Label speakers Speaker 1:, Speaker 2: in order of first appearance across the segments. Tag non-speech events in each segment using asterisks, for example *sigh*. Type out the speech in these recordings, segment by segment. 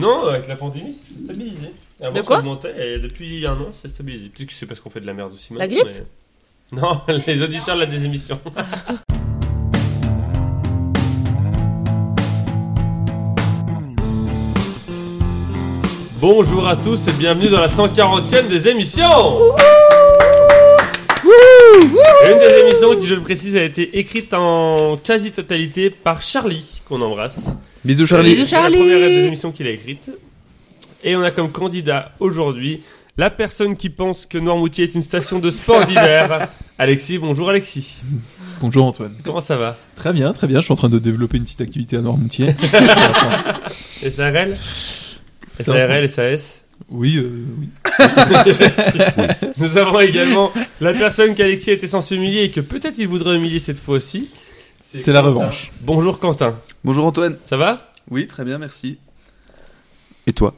Speaker 1: Non, avec la pandémie, c'est stabilisé. Avant,
Speaker 2: De quoi
Speaker 1: ça augmentait et depuis un an, c'est stabilisé. Peut-être que c'est parce qu'on fait de la merde aussi
Speaker 2: La
Speaker 1: maintenant,
Speaker 2: grippe
Speaker 1: mais- Non, *laughs* les auditeurs de la désémission.
Speaker 2: *laughs*
Speaker 1: Bonjour à tous et bienvenue dans la 140e des émissions Une des émissions qui, je le précise, a été écrite en quasi-totalité par Charlie, qu'on embrasse.
Speaker 3: Bisous
Speaker 2: Bisous.
Speaker 3: Charlie.
Speaker 1: C'est la
Speaker 2: Charlie.
Speaker 1: première des émissions qu'il a écrite. Et on a comme candidat aujourd'hui la personne qui pense que Noirmoutier est une station de
Speaker 3: *laughs*
Speaker 1: sport d'hiver. Alexis, bonjour Alexis.
Speaker 3: Bonjour Antoine.
Speaker 1: Comment ça va
Speaker 3: Très bien, très bien. Je suis en train de développer une petite activité à Noirmoutier.
Speaker 1: SARL
Speaker 3: Ça va.
Speaker 1: SARL, SAS
Speaker 3: oui, euh, oui.
Speaker 1: Nous avons également la personne qu'Alexis était censé humilier et que peut-être il voudrait humilier cette fois-ci.
Speaker 3: C'est la
Speaker 1: Quentin.
Speaker 3: revanche.
Speaker 1: Bonjour Quentin,
Speaker 4: Bonjour Antoine.
Speaker 1: ça va
Speaker 4: Oui, très bien, merci. Et toi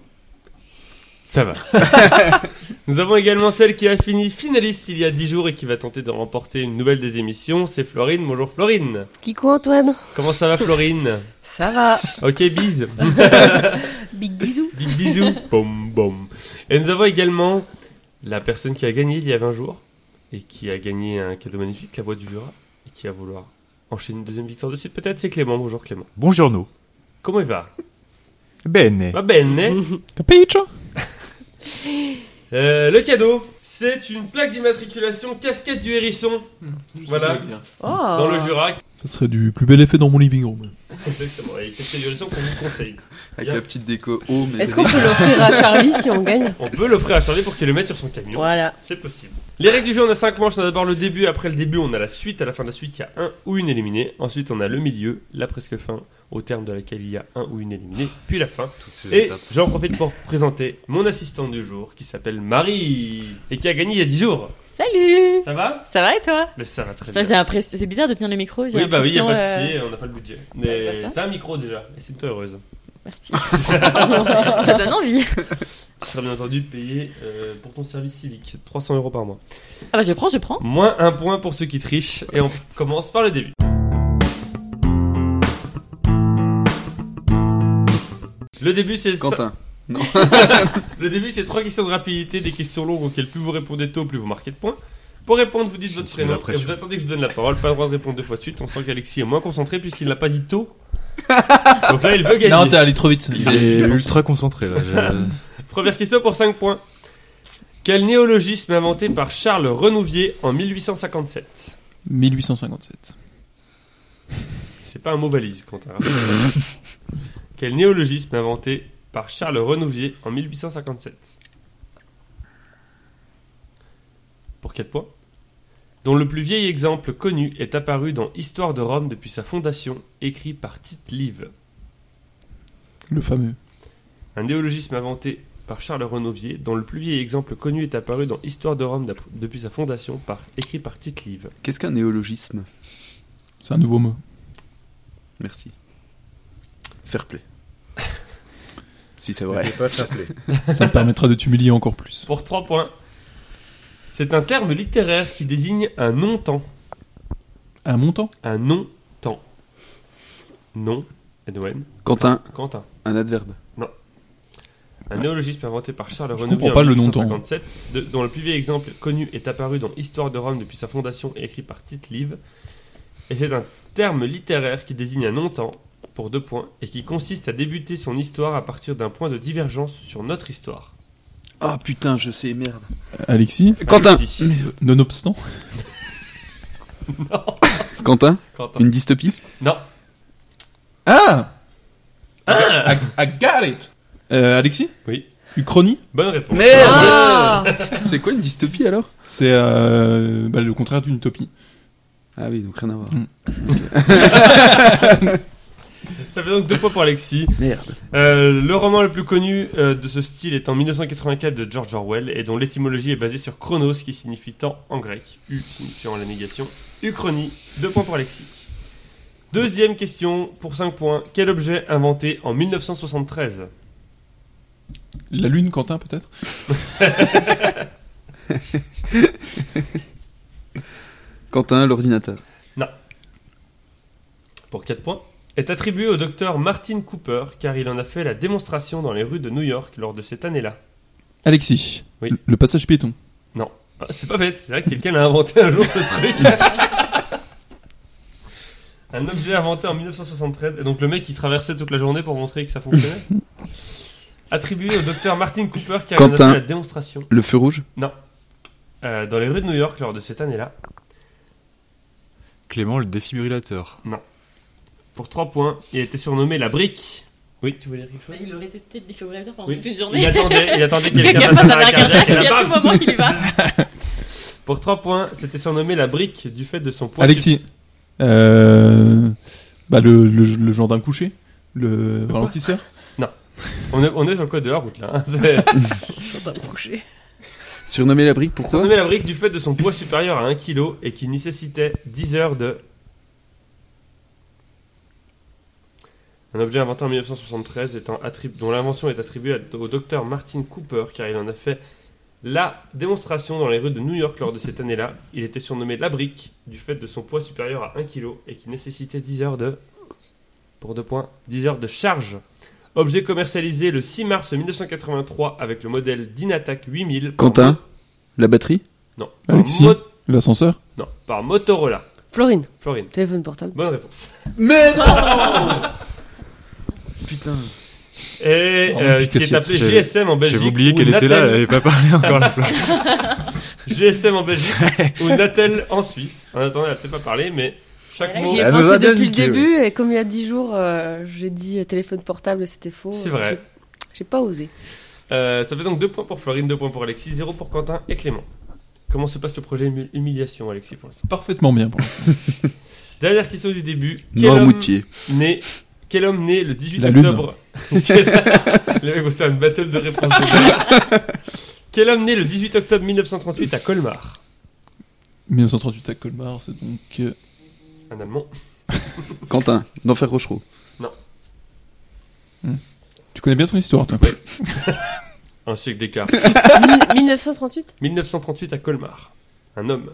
Speaker 1: Ça va. *laughs* Nous avons également celle qui a fini finaliste il y a 10 jours et qui va tenter de remporter une nouvelle des émissions. C'est Florine. Bonjour Florine.
Speaker 2: Kiko Antoine
Speaker 1: Comment ça va Florine
Speaker 2: Ça va.
Speaker 1: Ok, bise.
Speaker 2: Big bisous.
Speaker 1: Big bisous. Bom, bom. Et nous avons également la personne qui a gagné il y a 20 jours et qui a gagné un cadeau magnifique, la voix du Jura, et qui va vouloir enchaîner une deuxième victoire de suite. Peut-être c'est Clément. Bonjour Clément.
Speaker 5: Bonjour nous.
Speaker 1: Comment il va
Speaker 5: Bene.
Speaker 1: Va bene. *laughs* Euh, le cadeau, c'est une plaque d'immatriculation casquette du hérisson Voilà.
Speaker 2: Oh.
Speaker 1: dans le Jura.
Speaker 3: Ça serait du plus bel effet dans mon living room.
Speaker 1: Exactement. Et casquette du hérisson qu'on vous conseille.
Speaker 4: Avec
Speaker 1: Bien.
Speaker 4: la petite déco haut, mais
Speaker 2: Est-ce qu'on peut l'offrir à Charlie si on gagne
Speaker 1: On peut l'offrir à Charlie pour qu'il le mette sur son camion.
Speaker 2: Voilà.
Speaker 1: C'est possible. Les règles du jeu, on a 5 manches. On a d'abord le début, après le début, on a la suite. À la fin de la suite, il y a un ou une éliminée. Ensuite, on a le milieu, la presque fin, au terme de laquelle il y a un ou une éliminée, puis la fin. Et j'en profite pour présenter mon assistante du jour qui s'appelle Marie et qui a gagné il y a 10 jours.
Speaker 6: Salut
Speaker 1: Ça va
Speaker 6: Ça va et toi
Speaker 1: Mais ça va très
Speaker 6: Ça, j'ai
Speaker 1: bien.
Speaker 6: l'impression- C'est bizarre de tenir le micro. j'ai
Speaker 1: Oui, bah oui, il n'y a
Speaker 6: l'impression,
Speaker 1: pas de
Speaker 6: euh,
Speaker 1: pied, on n'a pas le budget.
Speaker 6: c'est pas
Speaker 1: Mais
Speaker 6: ça.
Speaker 1: t'as un micro déjà, et c'est toi heureuse.
Speaker 6: Merci. euh, *laughs* ça donne envie.
Speaker 1: Tu seras bien entendu payé euh, pour ton service civique, 300 euros par mois.
Speaker 6: Ah bah je prends, je prends.
Speaker 1: Moins un point pour ceux qui trichent et on commence par le début. Le début c'est
Speaker 4: Quentin.
Speaker 1: le début c'est trois questions de rapidité, des questions longues auxquelles plus vous répondez tôt, plus vous marquez de points. Pour répondre, vous dites votre
Speaker 5: se met
Speaker 1: prénom
Speaker 5: la
Speaker 1: et
Speaker 5: pression.
Speaker 1: vous attendez que je vous donne la parole. Pas le droit de répondre deux fois de suite. On sent qu'Alexis est moins concentré puisqu'il n'a pas dit tôt. Donc là, il veut gagner.
Speaker 3: Non, t'es allé trop vite.
Speaker 5: Il est ultra concentré *laughs* là. je-
Speaker 1: Première question pour 5 points. Quel néologisme inventé par Charles Renouvier en 1857
Speaker 3: 1857.
Speaker 1: C'est pas un mot valise, Quentin. Quel néologisme inventé par Charles Renouvier en 1857 Pour 4 points. Dont le plus vieil exemple connu est apparu dans Histoire de Rome depuis sa fondation, écrit par Tite Live.
Speaker 3: Le fameux.
Speaker 1: Un néologisme inventé par Charles Renouvier, dont le plus vieil exemple connu est apparu dans Histoire de Rome d'ap- depuis sa fondation, par, écrit par Tite Live.
Speaker 4: Qu'est-ce qu'un néologisme
Speaker 3: C'est un nouveau mot.
Speaker 4: Merci. Fair *laughs* play. si
Speaker 5: Ce
Speaker 4: c'est vrai.
Speaker 5: n'était pas fair play.
Speaker 3: Ça me permettra de t'humilier encore plus.
Speaker 1: Pour 3 points. C'est un terme littéraire qui désigne un non-temps.
Speaker 3: Un montant
Speaker 1: Un non-temps. Non, Edwin,
Speaker 4: Quentin,
Speaker 1: Quentin.
Speaker 4: un adverbe.
Speaker 1: Un
Speaker 3: Ouais.
Speaker 1: néologisme inventé par Charles
Speaker 3: Je
Speaker 1: Renouvier
Speaker 3: comprends pas
Speaker 1: en
Speaker 3: le non-temps.
Speaker 1: 1857, de- dont le plus vieil exemple connu est apparu dans Histoire de Rome depuis sa fondation et écrit par Tite Live. Et c'est un terme littéraire qui désigne un non-temps, pour deux points, et qui consiste à débuter son histoire à partir d'un point de divergence sur notre histoire.
Speaker 4: Ah putain, je sais, merde.
Speaker 3: Alexis
Speaker 4: Quentin
Speaker 1: Alexis.
Speaker 3: Nonobstant
Speaker 4: Quentin,
Speaker 1: Quentin.
Speaker 3: Mm.
Speaker 4: une dystopie
Speaker 1: Non,
Speaker 3: Ah I, Ah! I got it Euh, Alexis
Speaker 1: Oui.
Speaker 3: Uchronie
Speaker 1: bonne réponse.
Speaker 2: Ah
Speaker 4: *laughs* C'est quoi une dystopie alors
Speaker 3: C'est euh, bah, le contraire d'une utopie.
Speaker 4: Ah oui, donc rien à voir.
Speaker 3: Mm.
Speaker 1: Ça fait donc deux points pour Alexis.
Speaker 4: Merde.
Speaker 1: Euh, le roman le plus connu euh, de ce style est en 1984 de George Orwell et dont l'étymologie est basée sur chronos qui signifie temps en grec, u signifiant la négation, uchronie, deux points pour Alexis. Deuxième question pour 5 points, quel objet inventé en 1973
Speaker 3: La lune, Quentin, peut-être
Speaker 4: Quentin, l'ordinateur.
Speaker 1: pour 4 points est attribué au docteur Martin Cooper car il en a fait la démonstration dans les rues de New York lors de cette année-là.
Speaker 3: Alexis,
Speaker 1: Oui.
Speaker 3: le- le passage piéton.
Speaker 1: Ah, C'est pas bête, c'est vrai que quelqu'un a inventé un jour ce truc. *laughs* un objet inventé en 1973, et donc le mec il traversait toute la journée pour montrer que ça fonctionnait. Attribué au docteur Martin Cooper qui a
Speaker 4: Quentin.
Speaker 1: fait la démonstration
Speaker 4: Le feu rouge
Speaker 1: euh, dans les rues de New York lors de cette année-là.
Speaker 5: Clément, le défibrillateur.
Speaker 1: Pour 3 points, il a été surnommé la brique. Oui, tu voulais dire quelque chose
Speaker 6: Il aurait testé le défibrillateur pendant
Speaker 1: Oui.
Speaker 6: toute une
Speaker 1: Il
Speaker 6: journée. *laughs*
Speaker 1: attendait, il attendait
Speaker 6: Il y a
Speaker 1: quelqu'un
Speaker 6: pas
Speaker 1: passe par
Speaker 6: de
Speaker 1: la
Speaker 6: barrière
Speaker 1: cardiaque et
Speaker 6: cardiaque, il y a
Speaker 1: là,
Speaker 6: tout
Speaker 1: bam
Speaker 6: moment qu'il y va.
Speaker 1: Pour 3 points, c'était surnommé la brique du fait de son poids.
Speaker 3: Alexis, euh, bah, le, le, le gendarme couché, le ralentisseur.
Speaker 1: On est, on est sur le code de la route là. hein. C'est-
Speaker 4: Surnommé la brique, pourquoi
Speaker 1: Surnommé la brique du fait de son poids supérieur à 1 kg et qui nécessitait 10 heures de. Un objet inventé en 1973 étant attribu- dont l'invention est attribuée à- au docteur Martin Cooper car il en a fait la démonstration dans les rues de New York lors de cette année-là. Il était surnommé la brique du fait de son poids supérieur à 1 kg et qui nécessitait 10 heures de. Pour deux points, 10 heures de charge. Objet commercialisé le 6 mars 1983 avec le modèle Dynatac 8000. par
Speaker 4: Quentin La batterie
Speaker 1: par
Speaker 3: Alexis.
Speaker 1: Mo-
Speaker 3: L'ascenseur
Speaker 1: Non, par Motorola.
Speaker 2: Florine,
Speaker 1: Florine,
Speaker 2: téléphone portable.
Speaker 1: bonne réponse.
Speaker 4: Mais non *laughs* Putain.
Speaker 1: Et
Speaker 3: Oh,
Speaker 1: euh,
Speaker 3: pique
Speaker 1: qui est
Speaker 3: assiette,
Speaker 1: appelé
Speaker 5: j'avais-
Speaker 1: GSM en Belgique.
Speaker 5: J'avais oublié
Speaker 1: ou
Speaker 5: qu'elle était là, euh. elle n'avait pas
Speaker 1: Natel-
Speaker 5: parlé encore la fois.
Speaker 1: GSM en
Speaker 5: *laughs*
Speaker 1: Belgique ou Natel en Suisse. En attendant, elle n'a peut-être pas parlé, mais chaque mot.
Speaker 2: J'y ai
Speaker 4: Elle me
Speaker 2: pensé
Speaker 4: va bien
Speaker 2: depuis le
Speaker 4: niquer,
Speaker 2: début et comme il y a 10 jours, euh, j'ai dit euh, téléphone portable et c'était faux.
Speaker 1: C'est
Speaker 2: euh,
Speaker 1: vrai.
Speaker 2: j'ai- J'ai pas osé.
Speaker 1: Euh, ça fait donc 2 points pour Florine, 2 points pour Alexis, 0 pour Quentin et Clément. Comment se passe le projet humu- humiliation, Alexis, pour l'instant
Speaker 3: Parfaitement bien. Pour l'instant.
Speaker 1: Dernière question du début. Quel homme,
Speaker 4: Noirmoutier.
Speaker 1: né, quel homme né le 18
Speaker 3: La lune.
Speaker 1: octobre *laughs* Quel- Les mecs vont se faire une battle de réponses.
Speaker 5: *laughs*
Speaker 1: quel homme né le 18 octobre 1938 à Colmar
Speaker 3: 1938 à Colmar, c'est donc. euh,
Speaker 1: Un Allemand.
Speaker 4: Quentin, d'Enfer Rochereau.
Speaker 3: Tu connais bien ton histoire, toi.
Speaker 1: Un siècle d'écart.
Speaker 2: Mi- 1938
Speaker 1: 1938 à Colmar. Un homme.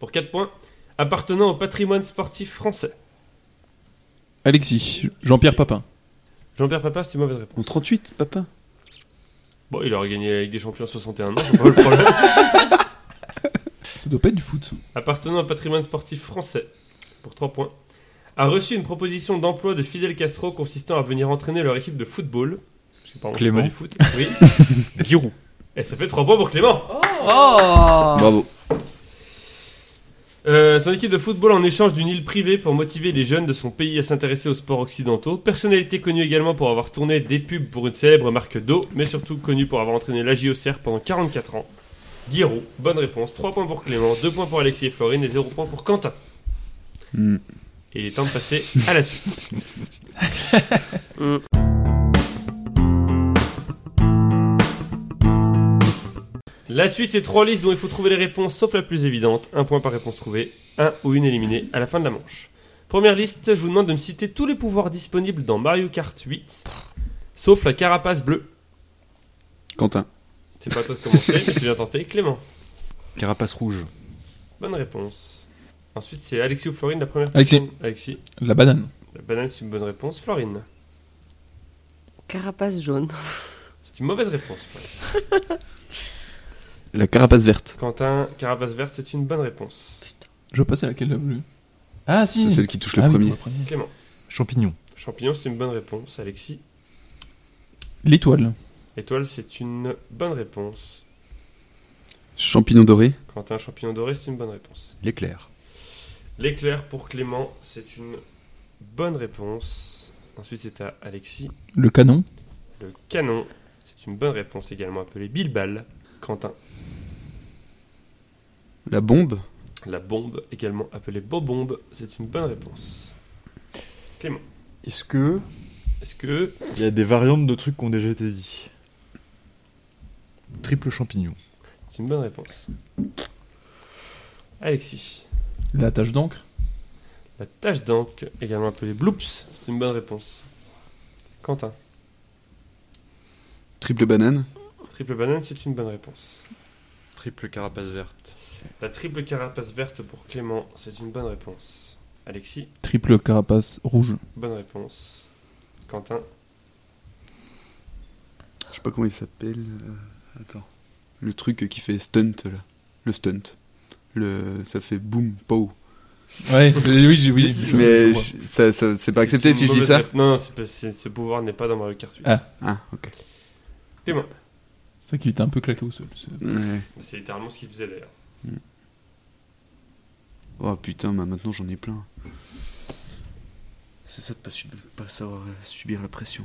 Speaker 1: Pour 4 points, appartenant au patrimoine sportif français.
Speaker 3: Alexis, Jean-Pierre Papin.
Speaker 1: Jean-Pierre Papa, c'est une mauvaise réponse.
Speaker 4: En 38, papa
Speaker 1: Bon, il aurait gagné la Ligue des Champions à 61 ans, c'est pas le problème.
Speaker 3: Ça doit pas être du foot.
Speaker 1: appartenant au patrimoine sportif français. Pour 3 points. A reçu une proposition d'emploi de Fidel Castro consistant à venir entraîner leur équipe de football. Parce que, pardon, c'est
Speaker 5: Clément.
Speaker 1: pas du foot. Oui.
Speaker 5: Giroud.
Speaker 1: Et ça fait 3 points pour Clément.
Speaker 2: Oh
Speaker 4: Bravo.
Speaker 1: Euh, son équipe de football en échange d'une île privée pour motiver les jeunes de son pays à s'intéresser aux sports occidentaux. Personnalité connue également pour avoir tourné des pubs pour une célèbre marque d'eau, mais surtout connue pour avoir entraîné la JOCR pendant 44 ans. Giroud, bonne réponse. 3 points pour Clément, 2 points pour Alexis et Florine et 0 points pour Quentin.
Speaker 4: Hmm.
Speaker 1: Et il est temps de passer à la suite. La suite, c'est trois listes dont il faut trouver les réponses, sauf la plus évidente. Un point par réponse trouvée, un ou une éliminée à la fin de la manche. Première liste, je vous demande de me citer tous les pouvoirs disponibles dans Mario Kart 8, sauf la carapace bleue.
Speaker 4: Quentin.
Speaker 1: C'est pas à toi de commencer, mais tu viens tenter. Clément,
Speaker 5: *laughs* Carapace rouge.
Speaker 1: bonne réponse. Ensuite, c'est Alexis ou Florine, la première
Speaker 3: Alexis.
Speaker 1: personne. Alexis.
Speaker 3: La banane.
Speaker 1: La banane, c'est une bonne réponse. Florine,
Speaker 2: Carapace jaune.
Speaker 1: c'est une mauvaise réponse. Florine.
Speaker 4: La carapace verte.
Speaker 1: Quentin, carapace verte, c'est une bonne réponse.
Speaker 3: Je passe à laquelle la bleue. Ah, si.
Speaker 4: C'est celle qui touche le
Speaker 3: Ah oui,
Speaker 4: premier.
Speaker 3: pour le premier.
Speaker 1: Clément,
Speaker 5: Champignon.
Speaker 1: champignon, c'est une bonne réponse. Alexis,
Speaker 3: L'étoile.
Speaker 1: étoile, c'est une bonne réponse.
Speaker 4: Champignon doré.
Speaker 1: Quentin, champignon doré, c'est une bonne réponse.
Speaker 5: L'éclair.
Speaker 1: L'éclair pour Clément, c'est une bonne réponse. Ensuite, c'est à Alexis.
Speaker 3: Le canon.
Speaker 1: Le canon, c'est une bonne réponse également, appelée Bilbal. Quentin,
Speaker 4: La bombe.
Speaker 1: la bombe, également appelée Bobombe, c'est une bonne réponse.
Speaker 5: Est-ce que
Speaker 1: Est-ce que
Speaker 5: il y a des variantes de trucs qui ont déjà été dit Triple champignon.
Speaker 1: c'est une bonne réponse Alexis,
Speaker 3: La tache d'encre.
Speaker 1: la tache d'encre, également appelée Bloops, c'est une bonne réponse. Quentin,
Speaker 4: Triple banane.
Speaker 1: triple banane, c'est une bonne réponse.
Speaker 5: Triple carapace verte.
Speaker 1: La triple carapace verte pour Clément, c'est une bonne réponse. Alexis,
Speaker 3: Triple carapace rouge.
Speaker 1: bonne réponse. Quentin,
Speaker 4: Je sais pas comment il s'appelle. euh, Attends. Le truc qui fait stunt là. Le stunt. Le... Ça fait boom, pow.
Speaker 3: Ouais, oui, j'ai- oui. je-
Speaker 4: mais
Speaker 3: je-
Speaker 4: je- ça, ça- c'est pas accepté
Speaker 1: C'est
Speaker 4: si
Speaker 1: une
Speaker 4: je dis
Speaker 1: mauvaise
Speaker 4: ça
Speaker 1: rép- Non, non, c'est pas- c'est- ce pouvoir n'est pas dans Mario Kart 8.
Speaker 3: Ah.
Speaker 4: Ah, ok.
Speaker 3: C'est ça qu'il était un peu claqué au sol. ce-
Speaker 4: Ouais.
Speaker 1: C'est littéralement ce qu'il faisait d'ailleurs.
Speaker 4: Oh putain, bah, maintenant j'en ai plein. C'est ça de pas, sub- pas savoir euh, subir la pression.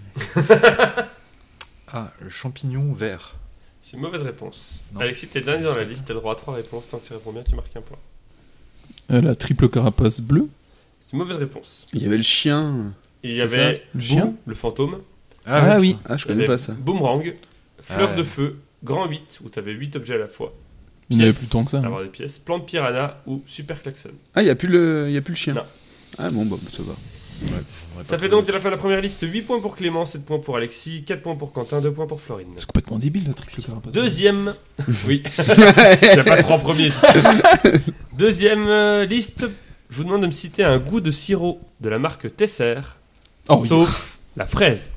Speaker 5: Ah, le champignon vert.
Speaker 1: C'est une mauvaise réponse.
Speaker 5: Non.
Speaker 1: Alexis, t'es le dernier dans la liste, t'as le droit à trois réponses. Tant que tu réponds bien, tu marques un point.
Speaker 3: Euh, la triple carapace bleue.
Speaker 1: C'est une mauvaise réponse.
Speaker 4: Il y avait le chien.
Speaker 1: Il y
Speaker 3: C'est
Speaker 1: avait
Speaker 3: ça, le
Speaker 1: Boom,
Speaker 3: chien
Speaker 1: le fantôme,
Speaker 3: Ah, oui.
Speaker 4: Ah, je
Speaker 1: il y avait
Speaker 4: connais pas ça.
Speaker 1: Boomerang, Fleur
Speaker 5: ouais.
Speaker 1: de Feu, Grand 8, où t'avais 8 objets à la fois.
Speaker 3: Il n'y avait
Speaker 1: Pièces,
Speaker 3: plus tant que ça. hein.
Speaker 1: Avoir des pièces. Plan de Piranha ou Super Klaxon.
Speaker 4: Ah, il y a plus le, il y a plus le chien.
Speaker 1: Non.
Speaker 4: Ah bon, bah ça va.
Speaker 1: Ça fait donc à la fin de la première liste 8 points pour Clément, 7 points pour Alexis, 4 points pour Quentin, 2 points pour Florine.
Speaker 3: C'est complètement débile la triple carapace. *laughs*
Speaker 1: Deuxième. Oui. J'ai pas trois premiers. Deuxième euh, liste. Je vous demande de me citer un goût de sirop de la marque Tesser,
Speaker 3: Oh, oui.
Speaker 1: sauf la fraise.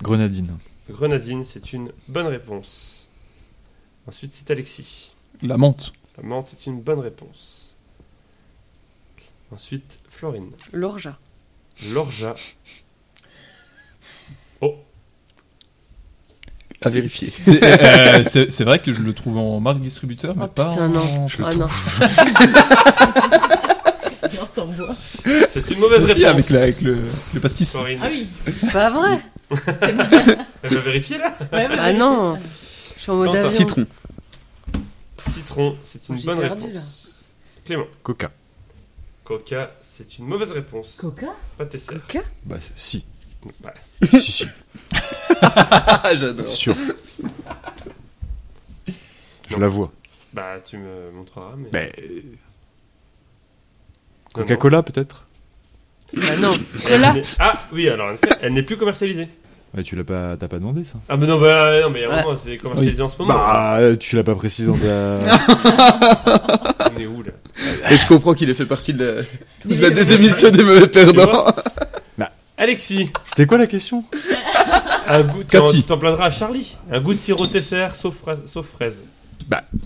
Speaker 5: Grenadine.
Speaker 1: Grenadine, c'est une bonne réponse. Ensuite, c'est Alexis.
Speaker 3: La menthe.
Speaker 1: La menthe, c'est une bonne réponse. Ensuite, Florine.
Speaker 2: L'orgeat.
Speaker 1: L'orgeat.
Speaker 4: À vérifier.
Speaker 3: *laughs* C'est euh, c'est- c'est vrai que je le trouve en marque distributeur, mais
Speaker 2: Oh,
Speaker 3: pas
Speaker 2: putain,
Speaker 3: en-
Speaker 2: non.
Speaker 5: Je le
Speaker 2: ah non.
Speaker 6: *laughs* Non, t'en bois.
Speaker 1: C'est une mauvaise
Speaker 3: Ah, si,
Speaker 1: réponse.
Speaker 3: avec, la- avec le, le pastis.
Speaker 1: Florine.
Speaker 6: Ah oui.
Speaker 2: C'est pas vrai.
Speaker 1: Elle va vérifier là
Speaker 6: Ouais, ouais,
Speaker 2: Ah
Speaker 6: ouais,
Speaker 2: non.
Speaker 6: c'est
Speaker 2: Je suis en mode
Speaker 1: Quentin.
Speaker 2: avion.
Speaker 4: Citron.
Speaker 1: Citron, c'est une
Speaker 2: J'ai
Speaker 1: bonne
Speaker 2: perdu,
Speaker 1: réponse. Clément.
Speaker 5: Coca.
Speaker 1: Coca, c'est une mauvaise réponse.
Speaker 6: ça. Coca
Speaker 1: Pas Tesser.
Speaker 2: Coca
Speaker 5: Bah, c'est- si.
Speaker 1: Bah,
Speaker 5: si, si.
Speaker 4: Ah,
Speaker 5: *laughs*
Speaker 4: j'adore.
Speaker 5: Sûr. Je la vois.
Speaker 1: bah, tu me montreras. Mais...
Speaker 3: Bah,
Speaker 5: Mais euh,
Speaker 1: Non, non.
Speaker 5: Coca-Cola, peut-être
Speaker 2: Bah non.
Speaker 1: Elle n'est- Ah oui, alors en effet, elle n'est plus commercialisée.
Speaker 5: Bah, tu l'as pas, t'as pas demandé ça.
Speaker 1: Ah, mais non, bah, non, mais à un
Speaker 2: Ouais.
Speaker 1: moment, c'est commercialisé en ce moment.
Speaker 5: Bah, euh, tu l'as pas précisé dans ta. *laughs*
Speaker 1: On est où là
Speaker 4: Et je comprends qu'il ait fait partie de la,
Speaker 6: Oui,
Speaker 4: de la
Speaker 6: oui,
Speaker 4: des
Speaker 6: oui.
Speaker 4: émissions des mauvais perdants.
Speaker 1: Alexis,
Speaker 5: C'était quoi la question
Speaker 1: un goût. Tu t'en-
Speaker 3: Cassis.
Speaker 1: tu t'en plaindras à Charlie. Un goût de sirop Tesser sauf, fra- sauf fraise.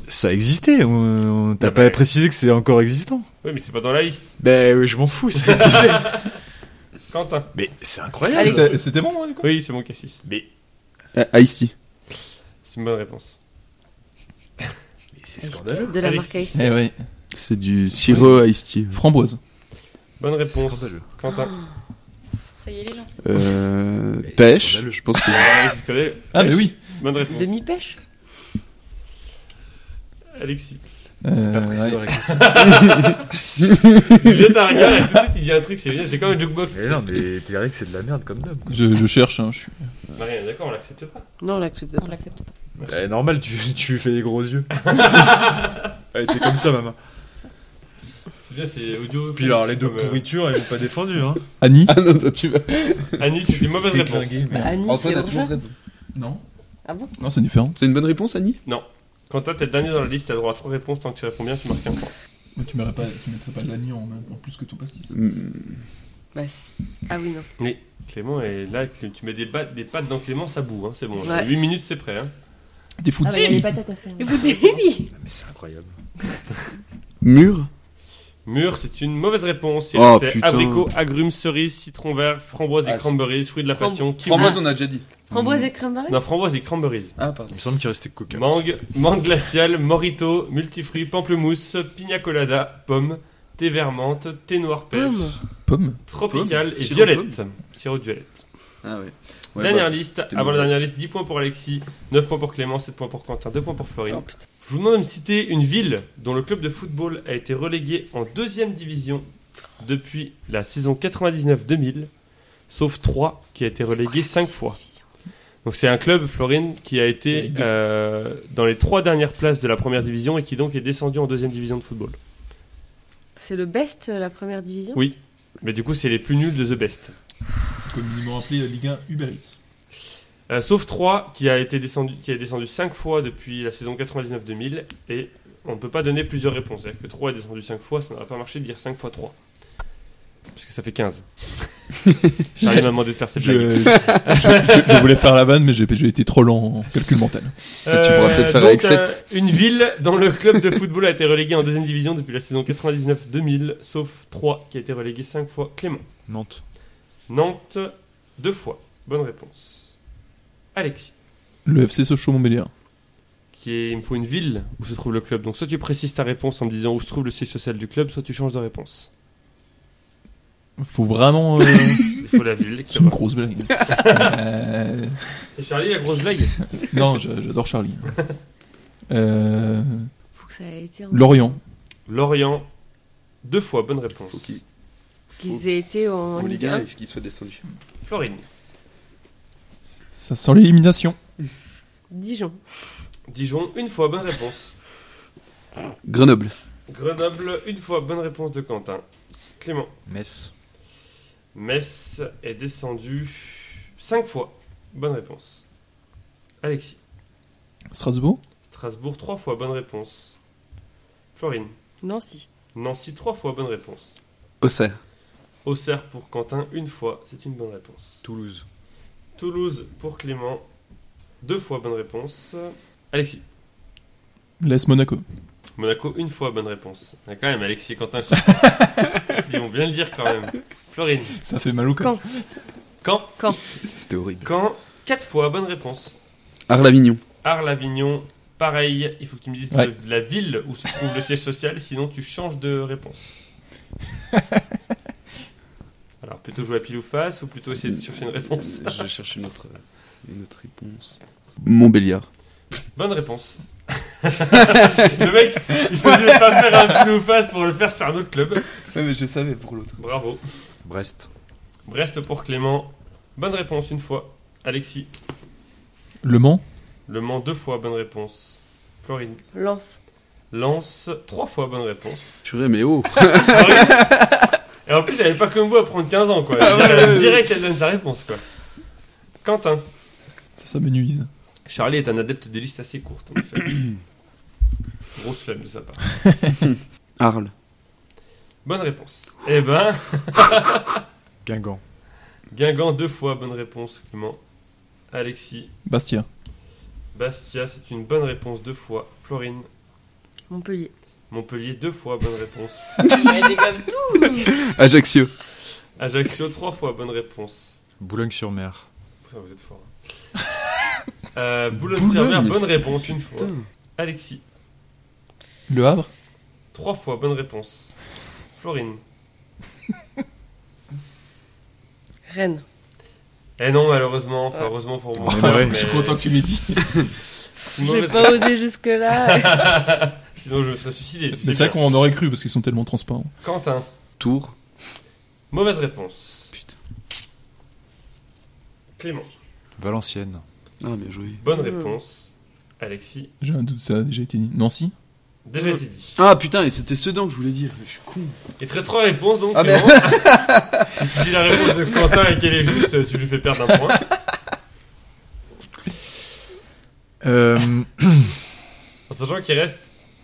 Speaker 5: Ça existait. on- on- T'as
Speaker 1: Ah
Speaker 5: pas
Speaker 1: bah.
Speaker 5: précisé que c'est encore existant.
Speaker 1: Oui, mais c'est pas dans la liste.
Speaker 5: Ben, je m'en fous, ça existait. *laughs*
Speaker 1: Quentin.
Speaker 5: Mais c'est incroyable.
Speaker 2: Allez,
Speaker 3: C'est- C'était bon, hein, du coup
Speaker 1: Oui, c'est mon cassis.
Speaker 4: Ah, Ice-T.
Speaker 1: C'est une bonne réponse.
Speaker 5: Mais c'est
Speaker 2: de la marque Ice.
Speaker 3: Eh ouais.
Speaker 4: C'est du sirop Ice-T.
Speaker 3: Framboise.
Speaker 1: Bonne
Speaker 5: C'est
Speaker 1: réponse.
Speaker 5: scandaleux.
Speaker 1: Quentin.
Speaker 6: Ça y est, les lancés.
Speaker 4: Euh,
Speaker 5: Mais c'est
Speaker 4: pêche,
Speaker 5: scandaleux.
Speaker 4: je pense que. *laughs*
Speaker 1: Alexis connaît.
Speaker 3: Ah, mais oui.
Speaker 1: Bonne réponse.
Speaker 2: Demi-pêche
Speaker 1: Alexis.
Speaker 5: C'est pas
Speaker 3: Euh,
Speaker 5: précisé
Speaker 3: ouais.
Speaker 5: dans la question.
Speaker 1: Il jette un regard et tout de suite il dit un truc, c'est génial, c'est comme un jukebox.
Speaker 5: Mais non, mais t'es vrai que c'est de la merde comme d'hab.
Speaker 3: Je, je cherche, hein, je suis-
Speaker 1: Marianne, Bah, d'accord, on l'accepte pas.
Speaker 2: Non, on l'accepte
Speaker 6: On
Speaker 2: pas.
Speaker 6: l'accepte.
Speaker 5: Bah, normal, tu, tu lui fais des gros *laughs* yeux. Elle était comme ça, maman.
Speaker 1: C'est bien, c'est audio.
Speaker 5: Puis alors, les deux
Speaker 1: Comme, euh,
Speaker 5: pourritures, elles m'ont pas défendu. Hein.
Speaker 3: Annie
Speaker 4: Ah non, toi tu vas.
Speaker 1: Euh, Annie, c'est une mauvaise réponse.
Speaker 2: Annie, c'est orgeat
Speaker 4: raison.
Speaker 3: Non.
Speaker 2: Ah bon
Speaker 3: Non, c'est différent.
Speaker 4: C'est une bonne réponse, Annie
Speaker 1: Quentin, t'es le dernier dans la liste, t'as droit à trois réponses. Tant que tu réponds bien, tu marques un point.
Speaker 3: Mais tu mettrais pas, tu mettrais pas de l'agneau en, en plus que ton pastis.
Speaker 2: Bah, c'est- Ah oui, non.
Speaker 1: Clément, et là, Clé- tu mets des, ba- des pattes dans Clément, ça boue, hein, c'est bon.
Speaker 2: Ouais.
Speaker 1: 8 minutes, c'est prêt. Hein.
Speaker 3: Des
Speaker 6: Ah bah, il y a les
Speaker 3: foutilles
Speaker 6: patates à faire.
Speaker 2: Mais vous délirez
Speaker 7: Mmh.
Speaker 5: Mais c'est incroyable.
Speaker 4: Mur
Speaker 1: Mur, c'est une mauvaise réponse. Il
Speaker 4: Oh,
Speaker 1: restait
Speaker 4: putain.
Speaker 1: abricot, agrumes, cerises, citron vert, framboise et
Speaker 4: Ah, c'est-
Speaker 1: cranberries, fruit de la passion, kiwi.
Speaker 4: Framboise, on a déjà dit.
Speaker 2: Framboise et crème barrée
Speaker 1: Non, framboise et cranberries.
Speaker 4: Ah, pardon.
Speaker 5: Il me semble qu'il restait Coca.
Speaker 1: Mangue, mangue glaciale, morito, multifruits, pamplemousse, pina colada, pomme, thé vert menthe, thé noir pêche.
Speaker 2: Pomme.
Speaker 3: Pomme.
Speaker 1: Tropical
Speaker 4: Pomme.
Speaker 1: et
Speaker 4: Sirop
Speaker 1: violette. Sirop de violette.
Speaker 4: Ah ouais.
Speaker 1: dernière liste,
Speaker 4: t'es
Speaker 1: avant la
Speaker 4: mauvais.
Speaker 1: dernière liste, 10 points pour Alexis, 9 points pour Clément, 7 points pour Quentin, 2 points pour Florine.
Speaker 2: Oh, putain.
Speaker 1: Je vous demande de me citer une ville dont le club de football a été relégué en deuxième division depuis la saison 99-2000, sauf 3 qui a été relégué 5 fois. Donc c'est un club, Florine, qui a été euh, dans les 3 dernières places de la première division et qui donc est descendu en deuxième division de football.
Speaker 2: C'est le best, euh, la première division
Speaker 1: Oui. Mais du coup, c'est les plus nuls de The Best.
Speaker 3: Communément appelé la Ligue 1 Uber Eats.
Speaker 1: Euh, sauf 3 qui a été descendu qui est descendu 5 fois depuis la saison 99-2000 et on ne peut pas donner plusieurs réponses. C'est-à-dire que 3 est descendu 5 fois, ça n'aurait pas marché de dire 5 fois 3. Parce que ça fait 15. Charlie m'a demandé de faire cette
Speaker 3: Je,
Speaker 1: blague.
Speaker 3: je, je- je voulais faire la vanne, mais j'ai j'ai été trop lent en calcul mental.
Speaker 4: tu pourras peut-être faire avec
Speaker 1: donc,
Speaker 4: sept.
Speaker 1: euh, une ville dont le club de football a été relégué en deuxième division depuis la saison 99-2000, sauf 3 qui a été relégué 5 fois. Clément.
Speaker 7: Nantes.
Speaker 1: Nantes, deux fois. Bonne réponse. Alexis,
Speaker 3: Le FC Sochaux-Montbéliard.
Speaker 1: qui est, il me faut une ville où se trouve le club. Donc soit tu précises ta réponse en me disant où se trouve le siège social du club, soit tu changes de réponse.
Speaker 3: Faut vraiment. euh,
Speaker 1: Il faut la ville. qui
Speaker 3: C'est une
Speaker 1: aura-
Speaker 3: grosse blague. Euh,
Speaker 1: Et Charlie, la grosse blague
Speaker 3: non, je- j'adore Charlie. Euh,
Speaker 2: Faut que ça ait été en-
Speaker 3: Lorient.
Speaker 1: Lorient, deux fois. Bonne réponse.
Speaker 4: Faut qu'il-
Speaker 2: qu'ils aient été en
Speaker 4: Bon, les
Speaker 2: Ligue
Speaker 1: hein.
Speaker 4: gars,
Speaker 2: 1.
Speaker 4: est-ce qu'il soit descendu
Speaker 1: Florine,
Speaker 3: Ça sent l'élimination.
Speaker 2: Dijon.
Speaker 1: Dijon, une fois. Bonne réponse.
Speaker 4: Grenoble.
Speaker 1: Grenoble, une fois. Bonne réponse de Quentin. Clément,
Speaker 7: Metz.
Speaker 1: Metz est descendu cinq fois. Bonne réponse. Alexis,
Speaker 3: Strasbourg.
Speaker 1: Strasbourg, trois fois. Bonne réponse. Florine.
Speaker 2: Nancy.
Speaker 1: Nancy, trois fois, bonne réponse.
Speaker 4: Auxerre.
Speaker 1: Auxerre pour Quentin, une fois, c'est une bonne réponse.
Speaker 7: Toulouse.
Speaker 1: Toulouse pour Clément, deux fois, bonne réponse. Alexis.
Speaker 3: L'AS Monaco.
Speaker 1: Monaco, une fois, bonne réponse. Ah, quand même, Alexis et Quentin, *laughs* sont- ils vont bien le dire quand même. Florine.
Speaker 3: Ça fait mal au cœur.
Speaker 2: Caen.
Speaker 1: Caen.
Speaker 4: C'était horrible.
Speaker 1: Caen, quatre fois, bonne réponse.
Speaker 4: Arlavignon.
Speaker 1: Arles-Avignon, pareil, il faut que tu me dises
Speaker 3: Ouais.
Speaker 1: le- la ville où se trouve le siège social, sinon tu changes de réponse. Alors, plutôt jouer à pile ou face, ou plutôt essayer de chercher une réponse
Speaker 4: Euh, Je cherche une autre, euh, une autre réponse. Montbéliard.
Speaker 1: Bonne réponse. le mec, il choisit de pas faire un plus ou face pour le faire sur un autre club.
Speaker 4: Ouais, mais je savais pour l'autre.
Speaker 1: Bravo.
Speaker 7: Brest.
Speaker 1: Brest pour Clément. Bonne réponse une fois. Alexis.
Speaker 3: Le Mans.
Speaker 1: Le Mans deux fois. Bonne réponse. Florine.
Speaker 2: Lens.
Speaker 1: Lens trois fois. Bonne réponse.
Speaker 4: Purée, mais *laughs* oh
Speaker 1: Florine. Et en plus, elle n'est pas comme vous à prendre 15 ans, quoi. Direct, elle donne sa réponse, quoi. Quentin.
Speaker 3: Ça, ça m'énuise.
Speaker 1: Charlie est un adepte des listes assez courtes, en effet. *coughs* Grosse flemme de sa part.
Speaker 4: Arles.
Speaker 1: Bonne réponse. Eh ben.
Speaker 7: Guingamp.
Speaker 1: Guingamp deux fois, bonne réponse Clément. Alexis,
Speaker 3: Bastia.
Speaker 1: Bastia, c'est une bonne réponse deux fois. Florine,
Speaker 2: Montpellier.
Speaker 1: Montpellier deux fois, bonne réponse.
Speaker 6: Il est comme tout.
Speaker 4: Ajaccio.
Speaker 1: Ajaccio trois fois, bonne réponse.
Speaker 7: Boulogne-sur-Mer.
Speaker 1: Putain, vous êtes fort. Boulogne-sur-Mer,
Speaker 4: Boulogne.
Speaker 1: bonne réponse une fois. Alexis,
Speaker 3: Le Havre.
Speaker 1: trois fois, bonne réponse. Florine.
Speaker 2: Rennes.
Speaker 1: Eh non, malheureusement, enfin,
Speaker 2: Ouais.
Speaker 1: heureusement pour vous.
Speaker 7: Oh, ouais.
Speaker 1: mais-
Speaker 3: Ah, Je suis content que tu m'aies dit.
Speaker 1: Sinon,
Speaker 2: J'ai
Speaker 1: parce
Speaker 2: pas
Speaker 1: *laughs*
Speaker 2: osé jusque-là.
Speaker 1: que- Sinon, je me serais suicidé. tu
Speaker 3: Mais
Speaker 1: sais
Speaker 3: c'est vrai
Speaker 1: bien.
Speaker 3: qu'on en aurait cru parce qu'ils sont tellement transparents.
Speaker 1: Quentin,
Speaker 4: Tours.
Speaker 1: mauvaise réponse.
Speaker 4: Putain.
Speaker 1: Clément,
Speaker 7: Valenciennes.
Speaker 4: Ah, bien joué.
Speaker 1: bonne
Speaker 2: Mm.
Speaker 1: réponse. Alexis,
Speaker 3: J'ai un doute, ça a déjà été dit. Nancy.
Speaker 1: Déjà été dit.
Speaker 4: Ah putain, et c'était Sedan que je voulais dire. Je suis con.
Speaker 1: Et très trois réponses donc.
Speaker 4: Ah,
Speaker 1: c'est bon. *laughs* si tu dis la réponse de Quentin et qu'elle est juste, tu lui fais perdre un point.
Speaker 7: Euh,
Speaker 1: En sachant qu'il reste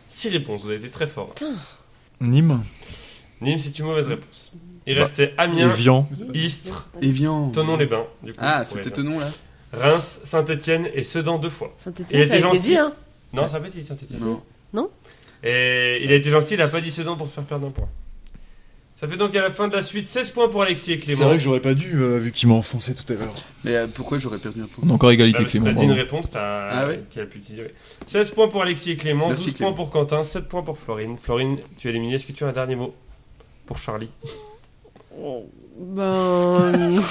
Speaker 1: six réponses, vous avez été très fort.
Speaker 7: Nîmes.
Speaker 1: Nîmes, c'est une mauvaise réponse. Il
Speaker 3: Bah,
Speaker 1: restait Amiens,
Speaker 7: Evian.
Speaker 1: Istres,
Speaker 4: Evian.
Speaker 1: Tonon-les-Bains. du coup,
Speaker 4: Ah,
Speaker 1: pour
Speaker 4: c'était
Speaker 1: les-
Speaker 4: Tonon là
Speaker 1: Reims, Saint-Etienne et Sedan deux fois. Il
Speaker 2: Saint-Étienne, ça
Speaker 1: était
Speaker 2: a été
Speaker 1: gentil.
Speaker 2: dit, hein.
Speaker 1: Non, ça n'a pas été Saint-Etienne.
Speaker 4: Non.
Speaker 1: Et il a été gentil, il a pas dit Sedan pour se faire perdre un point. Ça fait donc à la fin de la suite 16 points pour Alexis et
Speaker 7: C'est
Speaker 1: Clément.
Speaker 7: vrai que j'aurais pas dû, euh, vu qu'il m'a enfoncé tout à l'heure.
Speaker 4: Mais euh, pourquoi j'aurais perdu un point
Speaker 3: On a encore
Speaker 1: Bah,
Speaker 3: égalité,
Speaker 1: parce que
Speaker 3: Clément.
Speaker 1: t'as dit une
Speaker 3: bravo.
Speaker 1: réponse t'as-
Speaker 4: Ah ouais
Speaker 1: qu'elle a pu utiliser, ouais. 16 points pour Alexis et Clément,
Speaker 4: Merci,
Speaker 1: 12
Speaker 4: Clément.
Speaker 1: points pour Quentin, 7 points pour Florine. Florine, tu es éliminée. Est-ce que tu as un dernier mot pour Charlie
Speaker 2: Ben.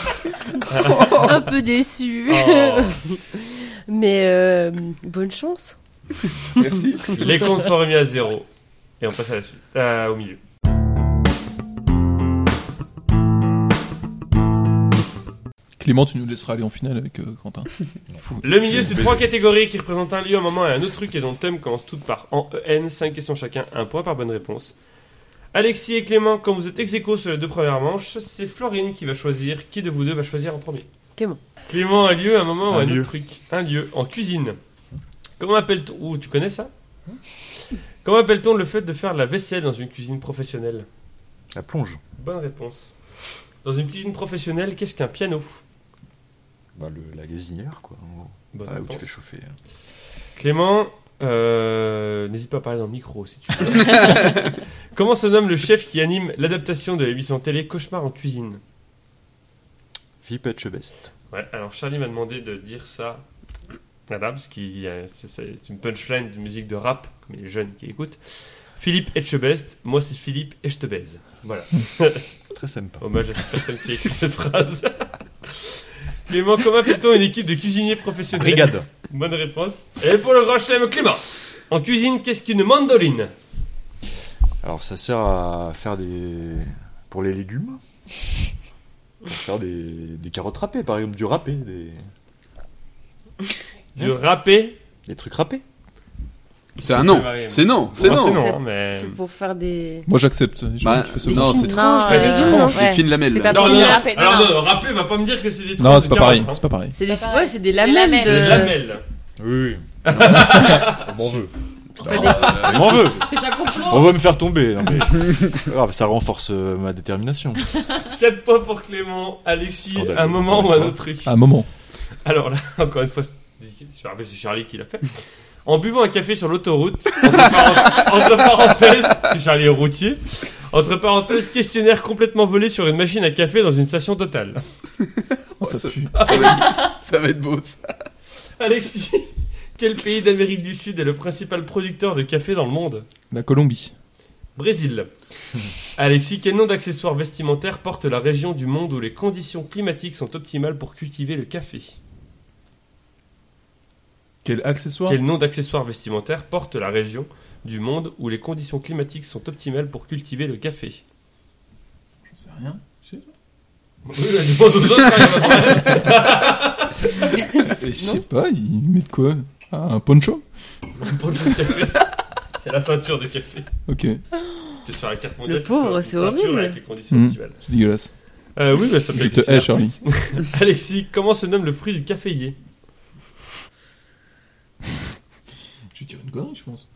Speaker 2: *laughs* un peu déçu.
Speaker 1: Oh.
Speaker 2: Mais euh, bonne chance.
Speaker 4: Merci.
Speaker 1: Les comptes sont remis à zéro. Et on passe à la suite. Euh, au milieu.
Speaker 3: Clément, tu nous laisseras aller en finale avec euh, Quentin.
Speaker 1: Le milieu, c'est trois catégories qui représentent un lieu, un moment et un autre truc et dont le thème commence toutes par en EN. 5 questions chacun, un point par bonne réponse. Alexis et Clément, quand vous êtes ex aequo sur les deux premières manches, c'est Florine qui va choisir qui de vous deux va choisir en premier.
Speaker 2: Clément.
Speaker 1: Clément, un lieu, un moment ou
Speaker 7: Un
Speaker 1: un
Speaker 7: lieu.
Speaker 1: oh, autre truc. Un lieu en cuisine. Comment appelle-t-on. Ouh, tu connais ça Comment appelle-t-on le fait de faire la vaisselle dans une cuisine professionnelle
Speaker 7: La plonge.
Speaker 1: Bonne réponse. Dans une cuisine professionnelle, qu'est-ce qu'un piano
Speaker 5: Bah, le, la gazinière, quoi. en gros.
Speaker 1: Bonne
Speaker 5: Ah, où
Speaker 1: réponse.
Speaker 5: tu fais chauffer. hein.
Speaker 1: Clément, euh, n'hésite pas à parler dans le micro si tu veux. Comment se nomme le chef qui anime l'adaptation de l'émission télé Cauchemar en cuisine
Speaker 5: Philippe Etchebest.
Speaker 1: Ouais, alors Charlie m'a demandé de dire ça à Labs, qui euh, c'est- c'est une punchline de musique de rap, comme les jeunes qui écoutent. Philippe Etchebest, moi c'est Philippe et je te baise. Voilà,
Speaker 7: Très sympa.
Speaker 1: hommage à cette personne qui a écrit cette phrase. *laughs* Clément, comment appelle-t-on une équipe de cuisiniers
Speaker 5: *laughs*
Speaker 1: professionnels
Speaker 5: Brigade.
Speaker 1: Bonne réponse. Et pour le grand chelem, Clément. En cuisine, qu'est-ce qu'une mandoline
Speaker 5: Alors, ça sert à faire des. Pour les légumes. Pour faire des, des carottes râpées, par exemple, du râpé, des,
Speaker 1: Du râpé
Speaker 5: des trucs râpés.
Speaker 4: C'est un non.
Speaker 1: Mariam.
Speaker 4: C'est non. C'est
Speaker 1: Moi,
Speaker 4: non.
Speaker 2: non.
Speaker 1: Ah, mais...
Speaker 2: C'est pour faire des.
Speaker 3: Moi j'accepte. Je
Speaker 4: Bah,
Speaker 3: qui fait ce
Speaker 4: non,
Speaker 3: genre.
Speaker 4: c'est
Speaker 2: tranche,
Speaker 1: les
Speaker 2: légumes,
Speaker 4: tranche,
Speaker 2: non, hein. ouais.
Speaker 4: les fines lamelles.
Speaker 2: C'est
Speaker 4: là.
Speaker 2: pas-
Speaker 1: Non,
Speaker 6: Pour
Speaker 1: non,
Speaker 6: le râpé, non,
Speaker 1: alors
Speaker 6: non.
Speaker 1: non, le râpé va pas me dire que c'est des trucs
Speaker 3: Non,
Speaker 1: de
Speaker 3: c'est pas
Speaker 1: carottes,
Speaker 3: pareil.
Speaker 1: hein.
Speaker 3: C'est pas pareil.
Speaker 2: C'est des,
Speaker 6: Des
Speaker 2: ouais, c'est des lamelles
Speaker 6: lamelles.
Speaker 1: C'est des
Speaker 6: Euh,
Speaker 2: de.
Speaker 1: lamelles.
Speaker 5: *laughs* Oui, oui. On veut.
Speaker 4: Euh,
Speaker 5: On veut.
Speaker 6: C'est un
Speaker 5: On
Speaker 6: complot.
Speaker 5: veut me faire tomber. Non, mais... Ah, ça renforce euh, ma détermination.
Speaker 1: 4 points pour Clément, Alexis,
Speaker 5: Scandaleux,
Speaker 1: un moment ou
Speaker 5: encore une
Speaker 1: un
Speaker 5: fois.
Speaker 1: autre truc.
Speaker 3: À un moment.
Speaker 1: Alors là, *laughs* encore une fois, je me rappelle, c'est Charlie qui l'a fait. En buvant un café sur l'autoroute, entre, parenth- entre parenthèses, c'est Charlie est routier, entre parenthèses, questionnaire complètement volé sur une machine à café dans une station totale.
Speaker 3: Oh, ça pue.
Speaker 4: ça,
Speaker 2: *laughs*
Speaker 4: va être, ça va être beau. Ça.
Speaker 1: Alexis, quel pays d'Amérique du Sud est le principal producteur de café dans le monde
Speaker 3: La Colombie.
Speaker 1: Brésil. Alexis, quel nom d'accessoire vestimentaire porte la région du monde où les conditions climatiques sont optimales pour cultiver le café
Speaker 3: Quel accessoire
Speaker 1: Quel nom d'accessoire vestimentaire porte la région du monde où les conditions climatiques sont optimales pour cultiver le café
Speaker 3: Je sais rien.
Speaker 1: Oui, la demande aux autres, ça, il y a pas de problème.
Speaker 3: Je sais pas, il met de quoi Ah, Un poncho
Speaker 1: Pour le café. *laughs* C'est la ceinture de café.
Speaker 3: Ok, c'est
Speaker 1: Que sur la carte mondiale.
Speaker 2: Le pauvre,
Speaker 1: quoi, une
Speaker 2: c'est
Speaker 1: ceinture
Speaker 2: horrible.
Speaker 1: Avec les conditions
Speaker 3: Mm.
Speaker 1: optimales.
Speaker 3: dégueulasse.
Speaker 1: Euh, oui, bah, ça peut
Speaker 3: Je
Speaker 1: être
Speaker 3: te
Speaker 1: aussi la
Speaker 3: hais, Charlie.
Speaker 1: Alexis, comment se nomme le fruit du caféier
Speaker 3: Je vais tirer une connerie, je pense.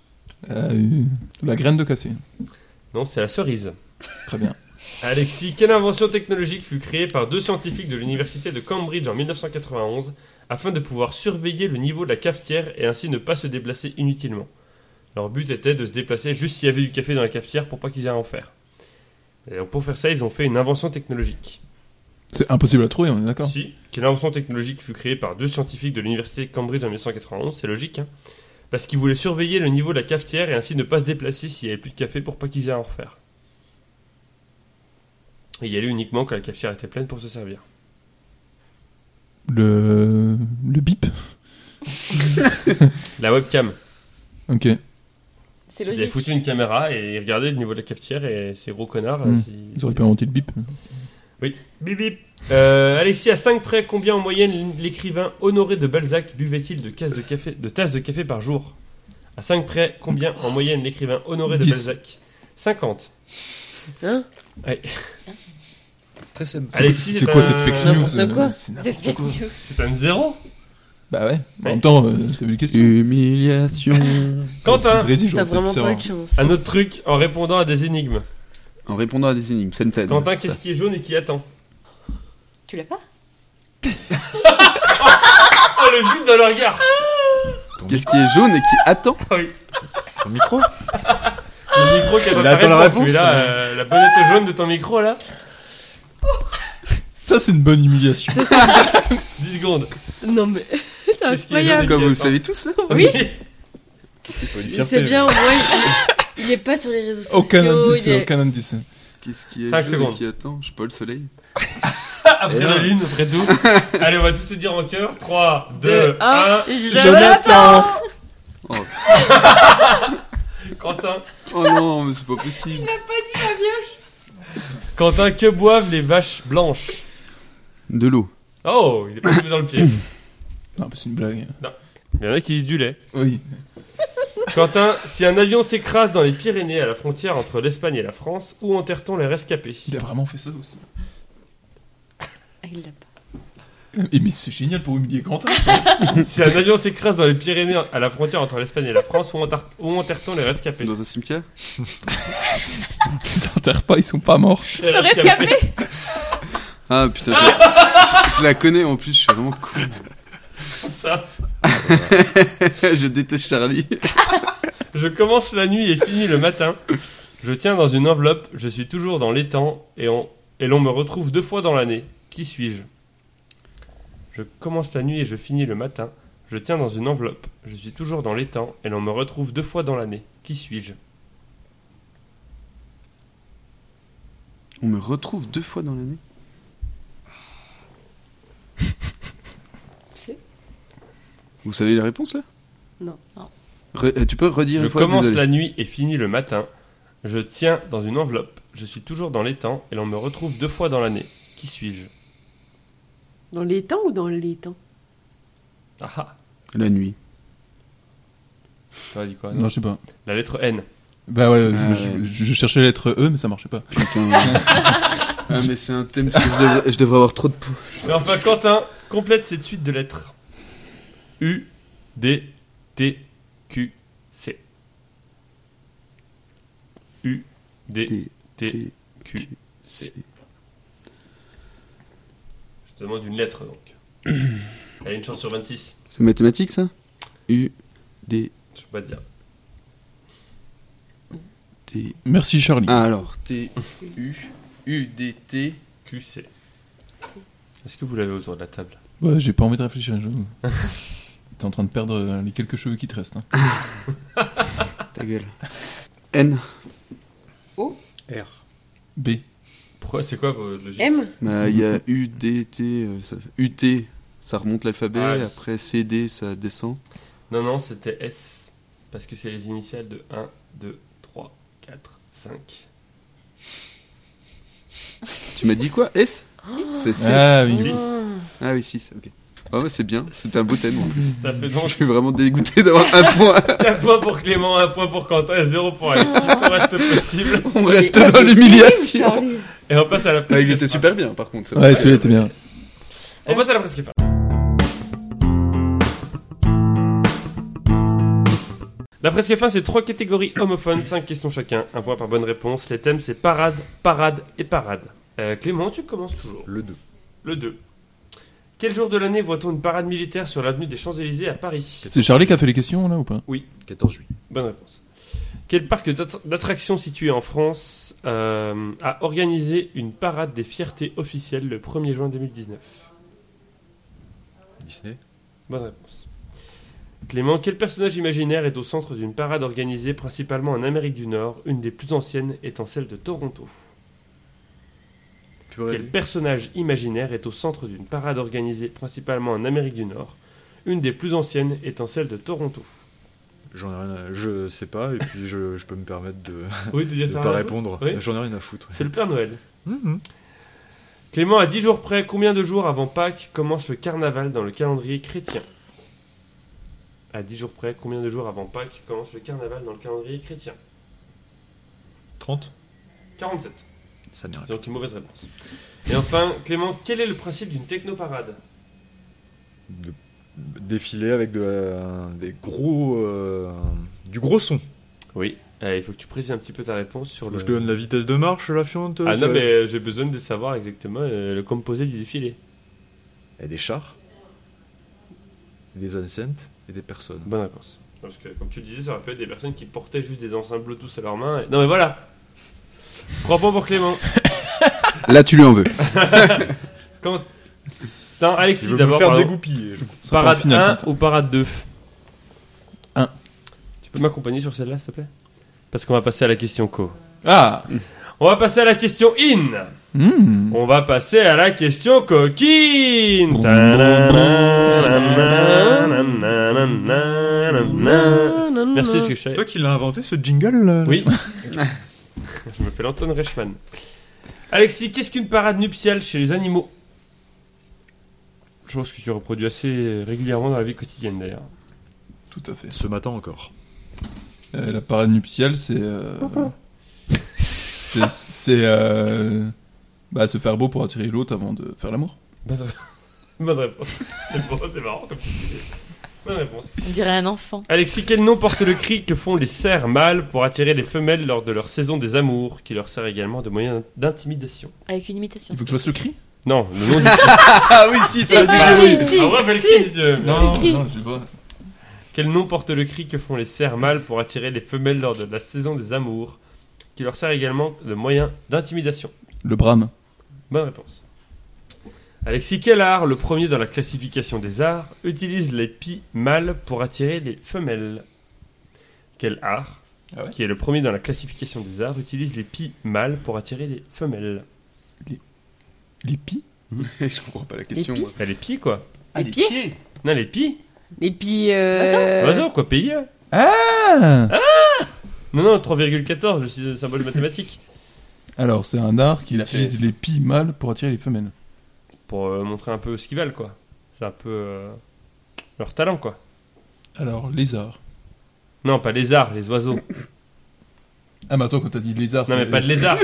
Speaker 3: Euh, de la graine de café.
Speaker 1: Non, c'est la cerise.
Speaker 3: Très bien.
Speaker 1: Alexis, quelle invention technologique fut créée par deux scientifiques de l'université de Cambridge en 1991 afin de pouvoir surveiller le niveau de la cafetière et ainsi ne pas se déplacer inutilement Leur but était de se déplacer juste s'il y avait du café dans la cafetière pour pas qu'ils aient à en faire. Et donc, pour faire ça, ils ont fait une invention technologique.
Speaker 3: C'est impossible à trouver, on est d'accord
Speaker 1: Si, quelle invention technologique fut créée par deux scientifiques de l'université de Cambridge en 1991 C'est logique, hein Parce qu'ils voulaient surveiller le niveau de la cafetière et ainsi ne pas se déplacer s'il n'y avait plus de café pour pas qu'ils aient à en refaire. Et y aller uniquement quand la cafetière était pleine pour se servir.
Speaker 3: Le... Le bip
Speaker 1: La webcam.
Speaker 3: Ok.
Speaker 6: C'est
Speaker 1: Ils avaient
Speaker 6: logique.
Speaker 1: foutu une caméra et ils regardaient le niveau de la cafetière et ces gros connards.
Speaker 3: Mm.
Speaker 1: euh, s'ils-
Speaker 3: Ils auraient pu inventer le bip.
Speaker 1: Bip bip. Euh, Alexis, à 5 près, combien en moyenne l'écrivain Honoré de Balzac buvait-il de, casse de, café, de tasses de café par jour À 5 près, combien en moyenne l'écrivain Honoré de
Speaker 3: Dix.
Speaker 1: Balzac 50.
Speaker 2: Hein
Speaker 5: Très simple.
Speaker 3: C'est quoi-
Speaker 1: Alexis,
Speaker 3: c'est quoi
Speaker 1: un-
Speaker 3: cette fake news
Speaker 2: n'importe
Speaker 3: euh,
Speaker 2: quoi.
Speaker 3: c'est
Speaker 6: C'est
Speaker 3: n'importe
Speaker 6: fake
Speaker 3: quoi.
Speaker 6: news.
Speaker 1: C'est un zéro
Speaker 3: Bah ouais. En même temps, euh, t'as vu les questions
Speaker 4: Humiliation.
Speaker 1: Quentin,
Speaker 3: Brésil, j'aurais
Speaker 2: T'as
Speaker 3: peut-être
Speaker 2: vraiment
Speaker 3: pu
Speaker 2: pas
Speaker 3: savoir.
Speaker 2: eu de chance.
Speaker 1: un autre truc en répondant à des énigmes.
Speaker 4: En répondant à des énigmes, ça ne t'aide.
Speaker 1: Quentin, qu'est-ce qui est jaune et qui attend
Speaker 6: Tu l'as pas
Speaker 1: *laughs* Oh, le vide dans le regard
Speaker 4: Qu'est-ce qui est jaune et qui attend
Speaker 1: Ah oui.
Speaker 5: Ton micro
Speaker 1: Le micro qui a
Speaker 5: Il attend la
Speaker 1: réponse,
Speaker 5: réponse.
Speaker 1: celui-là, euh, la bonnette jaune de ton micro, là
Speaker 3: Ça, c'est une bonne humiliation.
Speaker 1: 10 secondes.
Speaker 2: Non, mais c'est
Speaker 1: Qu'est-ce qu'il y a
Speaker 2: incroyable.
Speaker 4: Comme vous le savez tous là.
Speaker 2: Oui,
Speaker 1: *laughs*
Speaker 5: C'est
Speaker 2: c'est bien, au moins, il- il est pas sur les réseaux sociaux.
Speaker 3: *laughs* Aucun indice,
Speaker 2: il est-
Speaker 3: aucun indice.
Speaker 4: Qu'est-ce qui est
Speaker 1: Cinq
Speaker 4: jaune
Speaker 1: secondes.
Speaker 4: et qui attend Je sais pas le soleil.
Speaker 1: Après la lune, après *laughs* tout. Allez, on va tous se dire en cœur. 3, 2,
Speaker 2: Deux, un.
Speaker 1: 1.
Speaker 2: Ah, Jonathan Ah,
Speaker 1: Quentin
Speaker 4: Oh non, mais c'est pas possible.
Speaker 1: Quentin, que boivent les vaches blanches
Speaker 4: De l'eau.
Speaker 1: Oh, il est pas tombé dans le pied.
Speaker 3: Non, mais c'est une blague.
Speaker 1: Il y en a qui disent du lait.
Speaker 3: Oui.
Speaker 1: Quentin, si un avion s'écrase dans les Pyrénées à la frontière entre l'Espagne et la France, où *laughs* enterre-t-on les rescapés
Speaker 3: Il a vraiment fait ça aussi.
Speaker 2: Ah, il l'a pas.
Speaker 3: Et mais c'est génial pour humilier Grand
Speaker 1: Si un avion s'écrase dans les Pyrénées à la frontière entre l'Espagne et la France, où, entar- où enterre-t-on les rescapés
Speaker 4: Dans un cimetière
Speaker 3: *laughs* Ils enterrent pas, ils sont pas morts.
Speaker 1: Les
Speaker 6: Le rescapé
Speaker 4: Ah putain, je la, je- je la connais en plus, je suis vraiment con.
Speaker 1: Putain.
Speaker 4: *laughs* je déteste Charlie.
Speaker 1: Je commence la nuit et finis le matin. Je tiens dans une enveloppe, je suis toujours dans l'étang et on, et l'on me retrouve deux fois dans l'année. Qui suis-je Je commence la nuit et je finis le matin. Je tiens dans une enveloppe, je suis toujours dans l'étang et l'on me retrouve deux fois dans l'année. Qui suis-je
Speaker 4: On me retrouve deux fois dans l'année.
Speaker 2: C'est-
Speaker 4: Vous savez la réponse là
Speaker 2: Non.
Speaker 4: Re- euh, Tu peux redire
Speaker 1: Je
Speaker 4: une fois
Speaker 1: commence
Speaker 4: désolé.
Speaker 1: la nuit et finis le matin. Je tiens dans une enveloppe, je suis toujours dans l'étang et l'on me retrouve deux fois dans l'année. Qui suis-je
Speaker 2: Dans les temps ou dans les temps
Speaker 1: Ah ah
Speaker 4: la... nuit.
Speaker 1: T'aurais dit quoi non
Speaker 3: Non, je sais pas.
Speaker 1: La lettre N.
Speaker 3: Bah ouais, je,
Speaker 4: Ah,
Speaker 3: je-
Speaker 4: ouais.
Speaker 3: je- je cherchais la lettre E, mais ça marchait pas.
Speaker 4: Putain. *laughs* ah, mais c'est un thème, parce que je devrais, je devrais avoir trop de points.
Speaker 1: Mais enfin, Quentin, complète cette suite de lettres. U, D, T, Q, C. U, D,
Speaker 4: Et-
Speaker 1: T,
Speaker 4: et-
Speaker 1: Q.
Speaker 4: c'est-
Speaker 1: Je te demande une lettre, donc. Elle a une chance sur 26.
Speaker 4: C'est mathématique ça U, D,
Speaker 1: Je peux pas te dire.
Speaker 4: T.
Speaker 3: Merci Charlie.
Speaker 4: Ah alors, T, U, U, D, T.
Speaker 1: Q, C. Est-ce que vous l'avez autour de la table
Speaker 3: Ouais, j'ai pas envie de réfléchir, j'avoue. T'es en train de perdre euh, les quelques cheveux qui te restent. hein.
Speaker 4: Ta gueule. *laughs* N.
Speaker 7: R.
Speaker 3: B.
Speaker 1: Pourquoi C'est quoi votre logique
Speaker 2: M
Speaker 4: Bah, Il y a U, D, T. euh, ça- U, T, ça remonte l'alphabet.
Speaker 1: Ah ouais.
Speaker 4: Après C, D, ça descend.
Speaker 1: Non, non, c'était S. Parce que c'est les initiales de 1, 2, 3, 4, 5.
Speaker 4: Tu m'as dit quoi S C'est C. Ah,
Speaker 3: Ah oui.
Speaker 1: Six.
Speaker 4: oui, 6, ok. Ah ouais, c'est bien, c'était un beau thème en *laughs* plus.
Speaker 1: Ça fait
Speaker 4: Je
Speaker 1: donc *laughs*
Speaker 4: suis vraiment dégoûté d'avoir un point.
Speaker 1: 4 points pour Clément, 1 point pour Quentin, 0 pour Alexis, tout reste possible.
Speaker 4: On reste dans l'humiliation.
Speaker 1: Et on passe à la
Speaker 4: *laughs* Ah,
Speaker 1: presque
Speaker 4: il était super bien par contre. ça.
Speaker 3: Ouais, celui-là était bien.
Speaker 1: On passe à la presque fin. La presque fin, c'est trois catégories homophones, 5 questions chacun, un point par bonne réponse. Les thèmes, c'est parade, parade et parade. Euh, Clément, tu commences toujours.
Speaker 7: Le 2.
Speaker 1: Le 2. Quel jour de l'année voit-on une parade militaire sur l'avenue des Champs-Élysées à Paris
Speaker 3: C'est Charlie qui a fait les questions là ou pas
Speaker 7: 14 juillet.
Speaker 1: Bonne réponse. Quel parc d'attra- d'attractions situé en France euh, a organisé une parade des fiertés officielles le 1er juin 2019
Speaker 7: Disney.
Speaker 1: Bonne réponse. Clément, quel personnage imaginaire est au centre d'une parade organisée principalement en Amérique du Nord, une des plus anciennes étant celle de Toronto Quel personnage imaginaire est au centre d'une parade organisée principalement en Amérique du Nord, une des plus anciennes étant celle de Toronto
Speaker 7: J'en ai rien à... Je sais pas, et puis je, je peux me
Speaker 1: *laughs*
Speaker 7: permettre de
Speaker 1: *laughs* Oui, tu
Speaker 7: ne pas répondre.
Speaker 1: hein,
Speaker 7: *laughs*
Speaker 1: Oui.
Speaker 7: J'en ai rien à foutre.
Speaker 1: C'est le Père Noël.
Speaker 7: Mhm.
Speaker 1: Clément, à 10 jours près, combien de jours avant Pâques commence le carnaval dans le calendrier chrétien À 10 jours près, combien de jours avant Pâques commence le carnaval dans le calendrier chrétien
Speaker 7: 30
Speaker 1: 47.
Speaker 7: Ça merde.
Speaker 1: C'est donc une mauvaise réponse. Et enfin, Clément, quel est le principe d'une technoparade
Speaker 7: de défiler avec de la- des gros euh, du gros son.
Speaker 1: Oui. euh, il faut que tu précises un petit peu ta réponse sur le.
Speaker 7: Je te donne la vitesse de marche, la fiente.
Speaker 1: Ah
Speaker 7: tu
Speaker 1: non,
Speaker 7: vois.
Speaker 1: mais euh, j'ai besoin de savoir exactement euh, le composé du défilé.
Speaker 7: Et des chars, et des enceintes et des personnes.
Speaker 1: Bonne réponse. Parce que, comme tu le disais, ça aurait pu être des personnes qui portaient juste des enceintes Bluetooth à leurs mains. et- Non, mais voilà 3 points pour Clément.
Speaker 4: Là, tu lui en veux.
Speaker 1: Non,
Speaker 7: Je
Speaker 1: Alexis
Speaker 7: veux me
Speaker 1: d'abord.
Speaker 7: faire
Speaker 1: pardon.
Speaker 7: dégoupiller. je-
Speaker 3: Ça part
Speaker 1: Parade
Speaker 3: final,
Speaker 1: 1
Speaker 3: Quentin.
Speaker 1: ou parade 2
Speaker 3: Un.
Speaker 1: Tu peux m'accompagner sur celle-là, s'il te plaît Parce qu'on va passer à la question co.
Speaker 3: Ah
Speaker 1: On va passer à la question in.
Speaker 3: Hmm.
Speaker 1: On va passer à la question coquine. Merci, ce que je
Speaker 7: C'est
Speaker 1: savais.
Speaker 7: toi qui l'as inventé ce jingle là
Speaker 1: Oui. *laughs* Je m'appelle Antoine Reichmann. Alexis, qu'est-ce qu'une parade nuptiale chez les animaux Chose que tu reproduis assez régulièrement dans la vie quotidienne d'ailleurs.
Speaker 3: Tout à fait.
Speaker 7: Ce matin encore.
Speaker 3: Euh, la parade nuptiale, c'est. euh, c'est. c'est, euh, Bah, se faire beau pour attirer l'autre avant de faire l'amour.
Speaker 1: Bonne *laughs* Bonne réponse. C'est bon, c'est marrant comme sujet. Bonne réponse.
Speaker 6: On dirait un enfant.
Speaker 1: Alexis, quel nom porte le cri que font les cerfs mâles pour attirer les femelles lors de leur saison des amours, qui leur sert également de moyen d'intimidation
Speaker 6: Avec une imitation.
Speaker 3: Il faut que je fasse le cri
Speaker 1: Non, le nom du
Speaker 4: Ah oui, si,
Speaker 6: C'est pas
Speaker 1: oui.
Speaker 6: le cri.
Speaker 1: Ah ouais, fais le cri, si tu veux.
Speaker 3: Non,
Speaker 6: non, cri.
Speaker 3: non, je sais pas.
Speaker 1: Quel nom porte le cri que font les cerfs mâles pour attirer les femelles lors de la saison des amours, qui leur sert également de moyen d'intimidation
Speaker 3: Le brame.
Speaker 1: Bonne réponse. Alexis, quel art, le premier dans la classification des arts, utilise les pies mâles pour attirer les femelles Quel art,
Speaker 3: Ah ouais
Speaker 1: qui est le premier dans la classification des arts, utilise les pies mâles pour attirer les femelles
Speaker 3: Les pies
Speaker 4: Je comprends pas la question,
Speaker 6: pies
Speaker 4: moi.
Speaker 1: T'as les pies, quoi
Speaker 6: Les pieds
Speaker 1: Non, les pies
Speaker 2: Et puis. euh,
Speaker 6: Oiseau.
Speaker 1: Oiseau, quoi, pays
Speaker 3: Ah
Speaker 1: Non, non, 3,14, je suis le symbole mathématique.
Speaker 3: Alors, c'est un art qui
Speaker 4: La
Speaker 3: utilise
Speaker 4: pièce.
Speaker 3: les pies mâles pour attirer les femelles.
Speaker 1: Pour euh, montrer un peu ce qu'ils valent, quoi. C'est un peu euh, leur talent, quoi.
Speaker 3: Alors, lézard.
Speaker 1: Non, pas les arts, les *laughs* oiseaux.
Speaker 3: Ah, mais attends, quand t'as dit lézard,
Speaker 1: Non, mais
Speaker 3: c'est-
Speaker 1: pas de *laughs* lézard.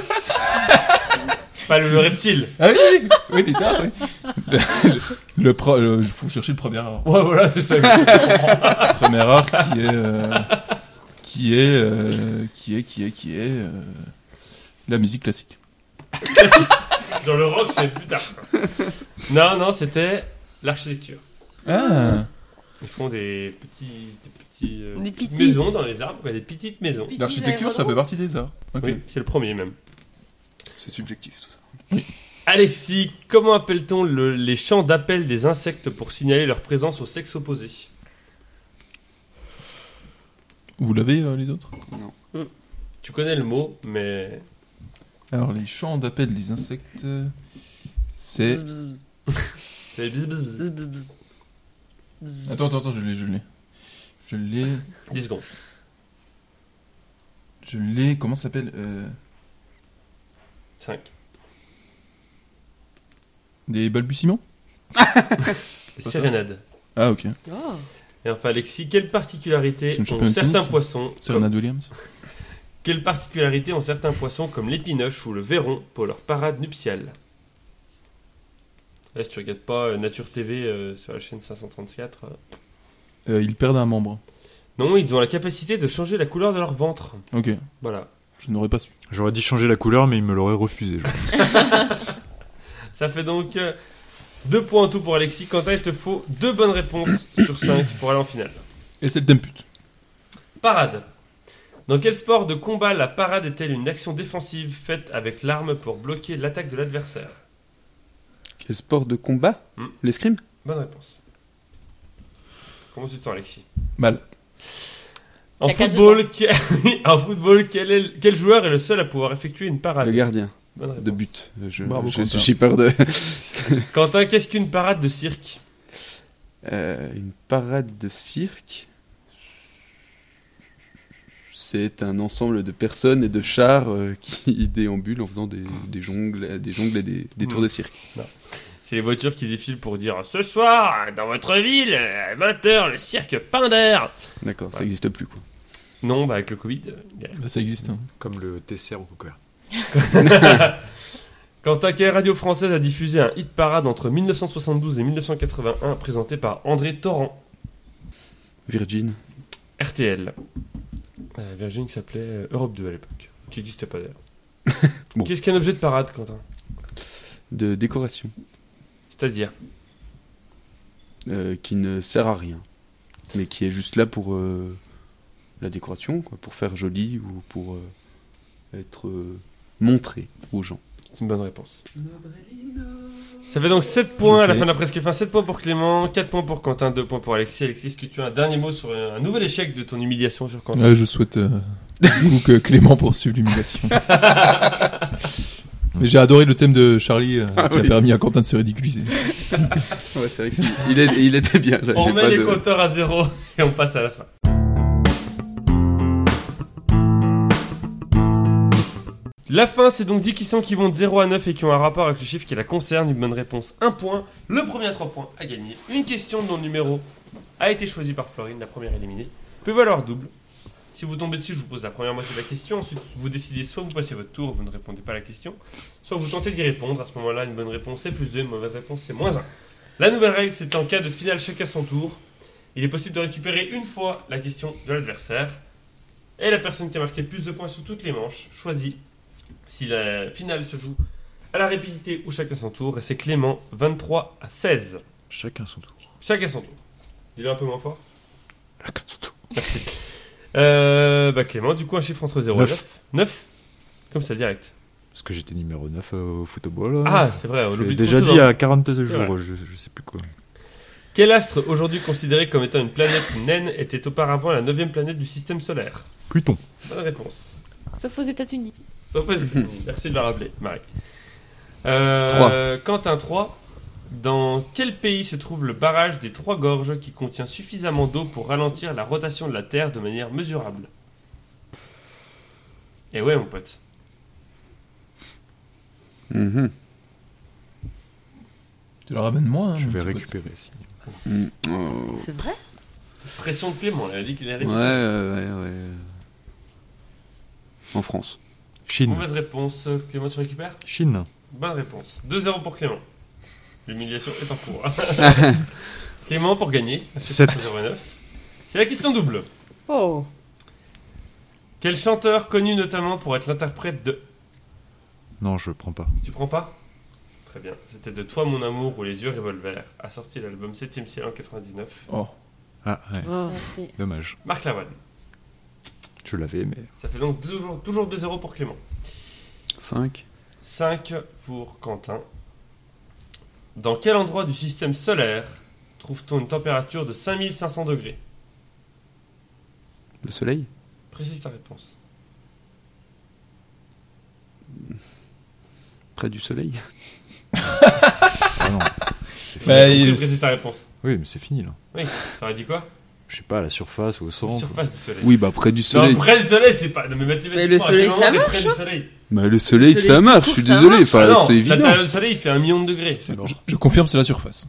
Speaker 1: pas le reptile.
Speaker 3: Ah oui, oui, oui, lézard, oui. *laughs* Le, le pro- le- faut chercher le premier art.
Speaker 1: Ouais, voilà, c'est ça.
Speaker 3: Le premier art qui est. euh, qui est. euh, qui est, qui est, qui est. euh, la musique classique.
Speaker 1: Dans le rock, c'est plus tard. *laughs* Non, non, c'était l'architecture.
Speaker 3: Ah
Speaker 1: Ils font des petits, des petits, euh,
Speaker 2: Des
Speaker 1: petites
Speaker 2: petits.
Speaker 1: maisons dans les arbres, quoi, des petites maisons.
Speaker 2: euh,
Speaker 3: L'architecture, ça fait partie des arts. Ok.
Speaker 1: Oui, c'est le premier même.
Speaker 4: C'est subjectif, tout ça.
Speaker 1: Alexis, comment appelle-t-on le- les chants d'appel des insectes pour signaler leur présence au sexe opposé
Speaker 3: Vous l'avez, euh, les autres
Speaker 1: Tu connais le mot, mais
Speaker 3: Alors, les chants d'appel des insectes. euh, C'est.
Speaker 1: c'est bzz, bzz, bzz.
Speaker 3: Attends, attends, attends, je l'ai, je l'ai. Je l'ai.
Speaker 1: 10 secondes.
Speaker 3: Je l'ai. Comment ça s'appelle euh,
Speaker 1: 5.
Speaker 3: Des balbutiements ça.
Speaker 1: Sérénade.
Speaker 3: Ah, ok.
Speaker 6: Oh.
Speaker 1: Et enfin, Alexis, quelle particularité
Speaker 3: C'est une
Speaker 1: ont
Speaker 3: championne de
Speaker 1: certains
Speaker 3: tennis, ça.
Speaker 1: poissons
Speaker 3: Serena Williams.
Speaker 1: Quelles particularités ont certains poissons comme l'épinoche ou le verron pour leur parade nuptiale Là, si tu regardes pas euh, Nature TV euh, sur la chaîne 534. euh.
Speaker 3: Euh, ils perdent un membre.
Speaker 1: Non, ils ont la capacité de changer la couleur de leur ventre.
Speaker 3: Ok.
Speaker 1: Voilà.
Speaker 3: Je n'aurais pas su.
Speaker 7: J'aurais dit changer la couleur, mais il me l'aurait refusé. je pense.
Speaker 1: Ça fait donc 2 points en tout pour Alexis. Quentin, il te faut deux bonnes réponses *coughs* sur 5 pour aller en finale.
Speaker 3: Et c'est le dame pute.
Speaker 1: Parade. Dans quel sport de combat la parade est-elle une action défensive faite avec l'arme pour bloquer l'attaque de l'adversaire
Speaker 4: Quel sport de combat
Speaker 1: Hmm.
Speaker 4: L'escrime
Speaker 1: Bonne réponse. Comment tu te sens, Alexis
Speaker 3: Mal.
Speaker 1: En
Speaker 6: Caca
Speaker 1: football, que- oui, en football quel, *laughs* est le- quel joueur est le seul à pouvoir effectuer une parade
Speaker 4: Le gardien
Speaker 1: Bonne réponse.
Speaker 4: de but. Je-
Speaker 3: Bravo,
Speaker 4: je-
Speaker 3: Quentin.
Speaker 4: J'ai peur de.
Speaker 1: Quentin, qu'est-ce qu'une parade de cirque
Speaker 4: Euh, une parade de cirque. C'est un ensemble de personnes et de chars euh, *laughs* qui déambulent en faisant des, des jongles, des jongles et des, des tours de cirque.
Speaker 1: C'est les voitures qui défilent pour dire ce soir, dans votre ville, à 20h, le cirque Pinder
Speaker 4: D'accord, ça
Speaker 1: Ouais.
Speaker 4: n'existe plus quoi.
Speaker 1: Non, bah avec le Covid. euh, il y a-
Speaker 3: Bah, ça existe. hein.
Speaker 7: Comme le TCR au cooker.
Speaker 1: Quentin, quelle radio française a diffusé un hit parade entre 1972 et 1981 présenté par André Torrent,
Speaker 4: Virgin.
Speaker 1: RTL Euh, Virgin qui s'appelait euh, Europe 2 à l'époque, qui n'existait pas d'ailleurs.
Speaker 4: *laughs* Bon.
Speaker 1: Qu'est-ce qu'un objet de parade, Quentin
Speaker 4: De décoration.
Speaker 1: C'est-à-dire
Speaker 4: euh, qui ne sert à rien. Mais qui est juste là pour euh, la décoration, quoi, pour faire joli ou pour euh, être euh, montré aux gens.
Speaker 1: C'est une bonne réponse. Ça fait donc 7 points
Speaker 4: Je
Speaker 1: à la
Speaker 4: sais.
Speaker 1: fin de la presque fin. 7 points pour Clément, 4 points pour Quentin, 2 points pour Alexis. Alexis, est-ce que tu as un dernier mot sur un nouvel échec de ton humiliation sur Quentin
Speaker 3: Ouais, je souhaite euh, du coup, que Clément poursuive l'humiliation. Mais j'ai adoré le thème de Charlie euh, qui a permis à Quentin de se ridiculiser.
Speaker 4: Ouais, c'est vrai qu'il est- *laughs* il était bien. j'avais
Speaker 1: On remet
Speaker 4: pas
Speaker 1: les
Speaker 4: de-
Speaker 1: compteurs à zéro et on passe à la fin. La fin, c'est donc 10 questions qui vont de 0 à 9 et qui ont un rapport avec le chiffre qui la concerne. Une bonne réponse, 1 point. Le premier à 3 points à gagner. Une question dont le numéro a été choisi par Florine, la première éliminée. Peut valoir double. Si vous tombez dessus, je vous pose la première moitié de la question. Ensuite, vous décidez soit vous passez votre tour, vous ne répondez pas à la question, soit vous tentez d'y répondre. À ce moment-là, une bonne réponse, c'est plus 2, une mauvaise réponse, c'est moins 1. La nouvelle règle, c'est en cas de finale chacun son tour. Il est possible de récupérer une fois la question de l'adversaire. Et la personne qui a marqué le plus de points sur toutes les manches choisit si la finale se joue à la rapidité ou chacun son tour. Et c'est Clément, 23 à 16.
Speaker 7: Chacun son tour.
Speaker 1: Chacun son tour. Dis-le un peu moins fort.
Speaker 7: Chacun son tour.
Speaker 1: Euh, bah Clément, du coup, un chiffre entre 0 et
Speaker 7: Neuf.
Speaker 1: 9. 9 Comme ça, direct.
Speaker 7: Parce que j'étais numéro 9 au football.
Speaker 1: Ah, c'est vrai, on
Speaker 7: je l'ai
Speaker 1: l'oublie
Speaker 7: déjà
Speaker 1: trop souvent.
Speaker 7: dit hein. à 40 jours,
Speaker 1: vrai.
Speaker 7: je, je sais plus quoi.
Speaker 1: Quel astre, aujourd'hui considéré comme étant une planète naine, était auparavant la neuvième planète du système solaire
Speaker 7: Pluton.
Speaker 1: Bonne réponse.
Speaker 6: Sauf aux États-Unis.
Speaker 1: Ça fait- Merci de la rappeler, Marie. Euh, Quentin 3. Dans quel pays se trouve le barrage des Trois Gorges qui contient suffisamment d'eau pour ralentir la rotation de la Terre de manière mesurable Eh ouais, mon pote.
Speaker 4: Mhm.
Speaker 3: Tu le ramènes moi. hein,
Speaker 7: Je
Speaker 3: mon
Speaker 7: vais
Speaker 3: petit pote.
Speaker 7: récupérer. si.
Speaker 4: Mhm. Oh.
Speaker 6: C'est vrai
Speaker 1: Pression de Clément, là, elle dit qu'il est
Speaker 4: Ouais, ouais, ouais. En France.
Speaker 7: Chine.
Speaker 1: Mauvaise réponse, Clément, tu récupères
Speaker 7: Chine.
Speaker 1: Bonne réponse. 2-0 pour Clément. L'humiliation est en cours. Clément pour gagner.
Speaker 7: Sept.
Speaker 1: 7-0-9. C'est la question double.
Speaker 6: Oh
Speaker 1: Quel chanteur connu notamment pour être l'interprète de
Speaker 7: Non, je prends pas.
Speaker 1: Tu prends pas Très bien. C'était de Toi mon amour ou Les yeux revolver. A sorti l'album 7ème ciel en 99.
Speaker 3: Oh.
Speaker 7: Ah, ouais.
Speaker 6: Merci.
Speaker 7: Dommage.
Speaker 1: Marc Lavoine.
Speaker 7: Je l'avais, mais.
Speaker 1: Ça fait donc toujours, toujours 2-0 pour Clément.
Speaker 4: 5.
Speaker 1: 5 pour Quentin. Dans quel endroit du système solaire trouve-t-on une température de 5500 degrés
Speaker 4: Le soleil
Speaker 1: Précise ta réponse.
Speaker 4: Près du soleil
Speaker 7: Ah non. C'est fini.
Speaker 3: Bah,
Speaker 1: Compris,
Speaker 3: il-
Speaker 1: Précise ta réponse.
Speaker 7: Oui, mais c'est fini là.
Speaker 1: Oui, t'aurais dit quoi
Speaker 7: Je sais pas, à la surface ou au
Speaker 1: La
Speaker 7: centre.
Speaker 1: Surface du soleil.
Speaker 4: Oui, bah près du
Speaker 1: Non,
Speaker 4: soleil.
Speaker 1: près du soleil, c'est pas. Non, mais mathématiquement,
Speaker 2: Mais le
Speaker 1: à quel
Speaker 2: soleil,
Speaker 1: moment
Speaker 2: ça
Speaker 1: t'es
Speaker 2: marche, hein
Speaker 1: près du soleil
Speaker 4: Bah le soleil,
Speaker 2: Le soleil,
Speaker 4: ça
Speaker 2: tout
Speaker 4: marche,
Speaker 2: court,
Speaker 4: je suis
Speaker 2: ça
Speaker 4: désolé.
Speaker 2: marche.
Speaker 4: Enfin,
Speaker 1: Ah non,
Speaker 4: c'est évident.
Speaker 1: L'intérieur du soleil, il fait un million de degrés.
Speaker 7: C'est mort.
Speaker 3: Je, je confirme, c'est la surface.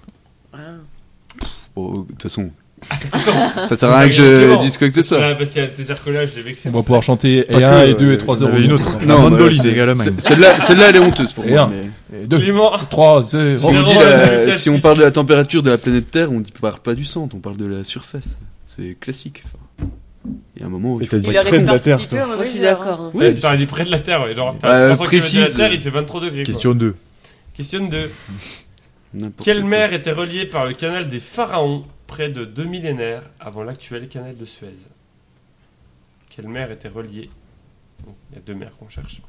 Speaker 4: Bon, Oh, de
Speaker 1: *laughs*
Speaker 4: toute façon,
Speaker 1: Attends,
Speaker 4: ça sert à rien que je dise quoi que ce soit.
Speaker 1: là, parce qu'il y a des arcolages, j'ai vexé.
Speaker 3: On va pouvoir chanter
Speaker 7: Pas
Speaker 3: et 1
Speaker 7: que,
Speaker 3: et 2
Speaker 7: euh,
Speaker 3: et 3
Speaker 7: il y en
Speaker 3: 0.
Speaker 7: avait une autre.
Speaker 4: Non,
Speaker 7: Mandoli,
Speaker 4: bah, c'est-
Speaker 7: Égalomane.
Speaker 4: c'est- Celle-là, celle-là, elle est honteuse pour
Speaker 3: Et
Speaker 4: moi.
Speaker 3: un.
Speaker 4: mais-
Speaker 3: 2,
Speaker 1: Clément,
Speaker 3: 3, 0.
Speaker 4: Si on,
Speaker 1: Vraiment,
Speaker 4: dit
Speaker 1: la
Speaker 4: la-
Speaker 1: vitesse,
Speaker 4: si on
Speaker 1: si-
Speaker 4: parle de la température de la planète Terre, on ne parle pas du centre, on parle de la surface. C'est classique. enfin. il y a un moment où il
Speaker 7: Et t'as
Speaker 4: faut
Speaker 7: dit
Speaker 4: pas
Speaker 6: Il
Speaker 4: être-
Speaker 6: aurait
Speaker 7: près de la Terre,
Speaker 6: participé au
Speaker 2: Moi, je suis
Speaker 6: Ranger,
Speaker 2: d'accord.
Speaker 6: hein.
Speaker 2: hein.
Speaker 4: Oui,
Speaker 1: T'as dit près de la Terre, ouais, genre,
Speaker 4: Euh,
Speaker 1: 300 km de la
Speaker 4: précise.
Speaker 1: Terre, il fait 23 degrés. quoi.
Speaker 7: Question 2.
Speaker 1: Question 2.
Speaker 4: n'importe
Speaker 1: Quelle
Speaker 4: quoi.
Speaker 1: mer était reliée par le canal des Pharaons près de deux millénaires avant l'actuel canal de Suez Quelle mer était reliée Bon, Il y a deux mers qu'on cherche.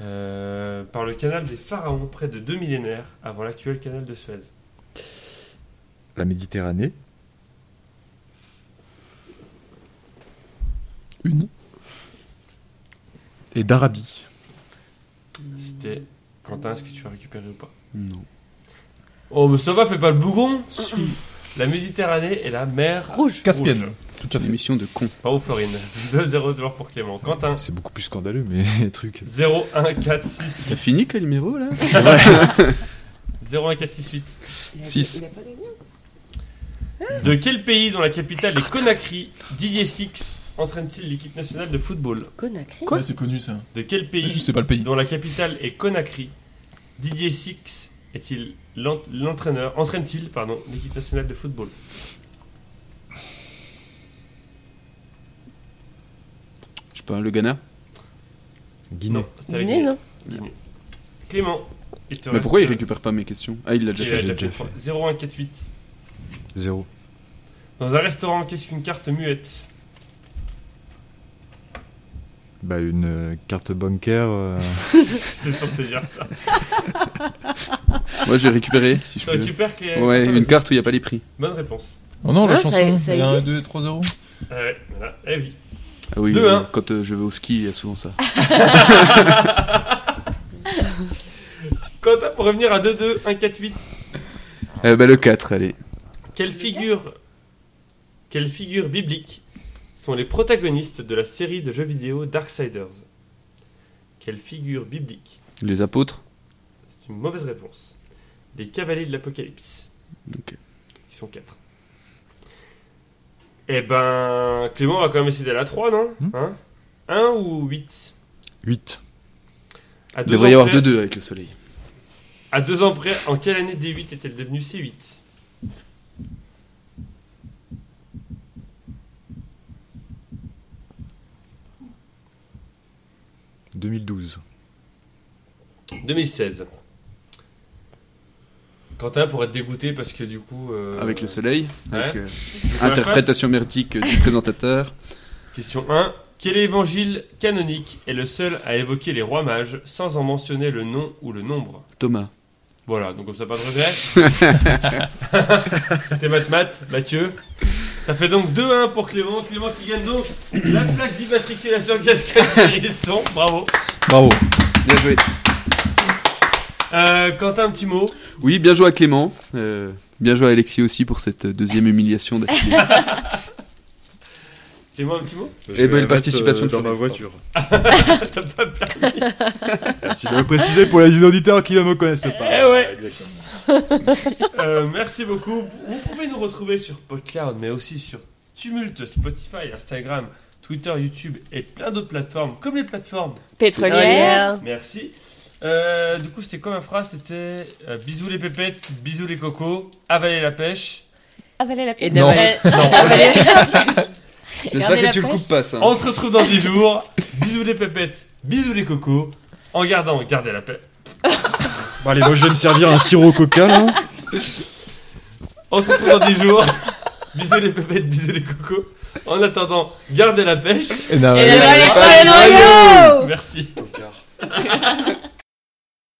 Speaker 1: Euh, par le canal des Pharaons près de deux millénaires avant l'actuel canal de Suez.
Speaker 7: La Méditerranée.
Speaker 3: Une.
Speaker 7: Et d'Arabie.
Speaker 1: C'était. Quentin, est-ce que tu as récupéré ou pas
Speaker 4: Non.
Speaker 1: Oh, mais ça va, fais pas le bougon La Méditerranée est la mer
Speaker 3: Rouge. Caspienne.
Speaker 1: Rouge.
Speaker 3: Tout à
Speaker 4: Une
Speaker 3: fait.
Speaker 4: émission de con.
Speaker 1: Bravo, Florine. *laughs* 2-0 toujours pour Clément. Quentin,
Speaker 7: C'est beaucoup plus scandaleux, mais *laughs* truc.
Speaker 1: 0-1-4-6-8.
Speaker 4: T'as fini Calimero là
Speaker 1: 0-1-4-6-8.
Speaker 7: Six.
Speaker 1: De quel pays dont la capitale est Conakry, Didier Six entraîne-t-il l'équipe nationale de football
Speaker 2: Conakry
Speaker 3: Ouais, C'est connu ça.
Speaker 1: De quel
Speaker 3: Mais Je
Speaker 1: pays
Speaker 3: sais pas le pays.
Speaker 1: dont la capitale est Conakry, Didier Six est-il l'en- l'entraîneur entraîne-t-il pardon l'équipe nationale de football
Speaker 4: Je sais pas, le Ghana
Speaker 7: Guinée.
Speaker 1: Non, c'était avec
Speaker 2: Guinée,
Speaker 1: lui.
Speaker 2: non
Speaker 1: Guinée. Clément. il te
Speaker 4: Mais
Speaker 1: reste-
Speaker 4: pourquoi il récupère pas mes questions Ah, il l'a
Speaker 1: Il
Speaker 4: déjà
Speaker 1: a
Speaker 4: fait.
Speaker 1: déjà
Speaker 7: J'ai
Speaker 1: fait
Speaker 7: déjà
Speaker 1: une fois. 0148.
Speaker 7: Zéro.
Speaker 1: Dans un restaurant, qu'est-ce qu'une carte muette *laughs*
Speaker 7: Bah, une euh, carte bancaire. euh,
Speaker 1: C'est sûr de te dire ça.
Speaker 4: Moi j'ai récupéré,
Speaker 1: *laughs*
Speaker 4: si je
Speaker 1: Tu
Speaker 4: peux.
Speaker 1: récupères Clé-
Speaker 4: Ouais,
Speaker 1: Quentin,
Speaker 4: une
Speaker 1: vas-y.
Speaker 4: carte où il n'y a pas les prix.
Speaker 1: Bonne réponse.
Speaker 3: Oh non, la
Speaker 2: Ah, ça-
Speaker 3: chanson.
Speaker 2: ça
Speaker 3: Et 1 et
Speaker 2: existe.
Speaker 3: 2 et 3 0.
Speaker 1: Ah ouais, voilà. Eh oui.
Speaker 4: Ah oui,
Speaker 1: Deux,
Speaker 4: euh,
Speaker 1: hein.
Speaker 4: quand euh, je vais au ski, il y a souvent ça.
Speaker 1: Quentin, pour revenir à 2-2-1-4-8.
Speaker 4: Eh bah le 4, allez.
Speaker 1: Quelle figure, quelle figure biblique sont les protagonistes de la série de jeux vidéo Darksiders Quelle figure biblique
Speaker 4: Les apôtres
Speaker 1: C'est une mauvaise réponse. Les cavaliers de l'Apocalypse.
Speaker 4: Ok.
Speaker 1: Ils sont quatre. Eh ben, Clément on va quand même essayer d'aller à 3, non
Speaker 7: Hmm.
Speaker 1: hein 1 ou 8
Speaker 7: 8.
Speaker 1: à
Speaker 4: Il devrait y avoir
Speaker 1: près-
Speaker 4: 2-2 avec le soleil.
Speaker 1: À deux ans près, en quelle année D8 est-elle devenue C8
Speaker 7: 2012.
Speaker 1: 2016. Quentin pourrait être dégoûté parce que du coup. euh,
Speaker 4: Avec le soleil,
Speaker 1: ouais.
Speaker 4: avec euh,
Speaker 1: faut qu'on la
Speaker 4: interprétation
Speaker 1: *laughs*
Speaker 4: merdique du présentateur.
Speaker 1: fasse. Question 1. Quel évangile canonique est le seul à évoquer les rois mages sans en mentionner le nom ou le nombre
Speaker 4: Thomas.
Speaker 1: Voilà, donc comme ça, pas de regret.
Speaker 4: *laughs*
Speaker 1: C'était Math Math, Mathieu. Ça fait donc 2-1 pour Clément. Clément qui gagne donc la plaque d'immatriculation cascade Hérisson. Bravo.
Speaker 3: Bravo.
Speaker 4: Bien joué.
Speaker 1: Euh, Quentin, un petit mot.
Speaker 4: Oui, bien joué à Clément. euh, bien joué à Alexis aussi pour cette euh, deuxième humiliation d'affilée.
Speaker 1: Clément, un petit mot
Speaker 4: Eh ben, une participation de
Speaker 7: euh, dans
Speaker 4: Frédéric.
Speaker 7: ma voiture.
Speaker 1: *laughs* T'as pas peur.
Speaker 7: Merci de le préciser pour les auditeurs qui ne me connaissent pas.
Speaker 1: Eh ouais.
Speaker 7: Exactement.
Speaker 1: Euh, merci beaucoup. Vous pouvez nous retrouver sur PodCloud, mais aussi sur Tumult, Spotify, Instagram, Twitter, YouTube et plein d'autres plateformes, comme les plateformes.
Speaker 6: Pétrolière.
Speaker 1: Merci. Euh, du coup, c'était quoi ma phrase C'était euh, bisous les pépettes, bisous les cocos, avalez la pêche.
Speaker 6: Avaler Ah, la
Speaker 2: Et
Speaker 6: pêche.
Speaker 3: Non.
Speaker 2: n'avalez-
Speaker 6: Avaler
Speaker 4: J'espère
Speaker 6: Gardez
Speaker 4: que
Speaker 6: la
Speaker 4: tu le
Speaker 6: pêche.
Speaker 4: coupes pas, ça. hein.
Speaker 1: On se retrouve dans 10 jours. Bisous les pépettes, bisous les cocos, en gardant, gardez la paix.
Speaker 7: Bon, allez, moi je vais me servir un sirop coca là.
Speaker 1: On se retrouve dans 10 jours. Bisous les pépettes, bisous les cocos. En attendant,
Speaker 7: Eh
Speaker 1: gardez la pêche.
Speaker 7: ben,
Speaker 3: Et non,
Speaker 2: Et
Speaker 3: mais-
Speaker 2: n'avalez
Speaker 4: pas
Speaker 2: pas
Speaker 4: les
Speaker 2: les noyaux
Speaker 1: Merci.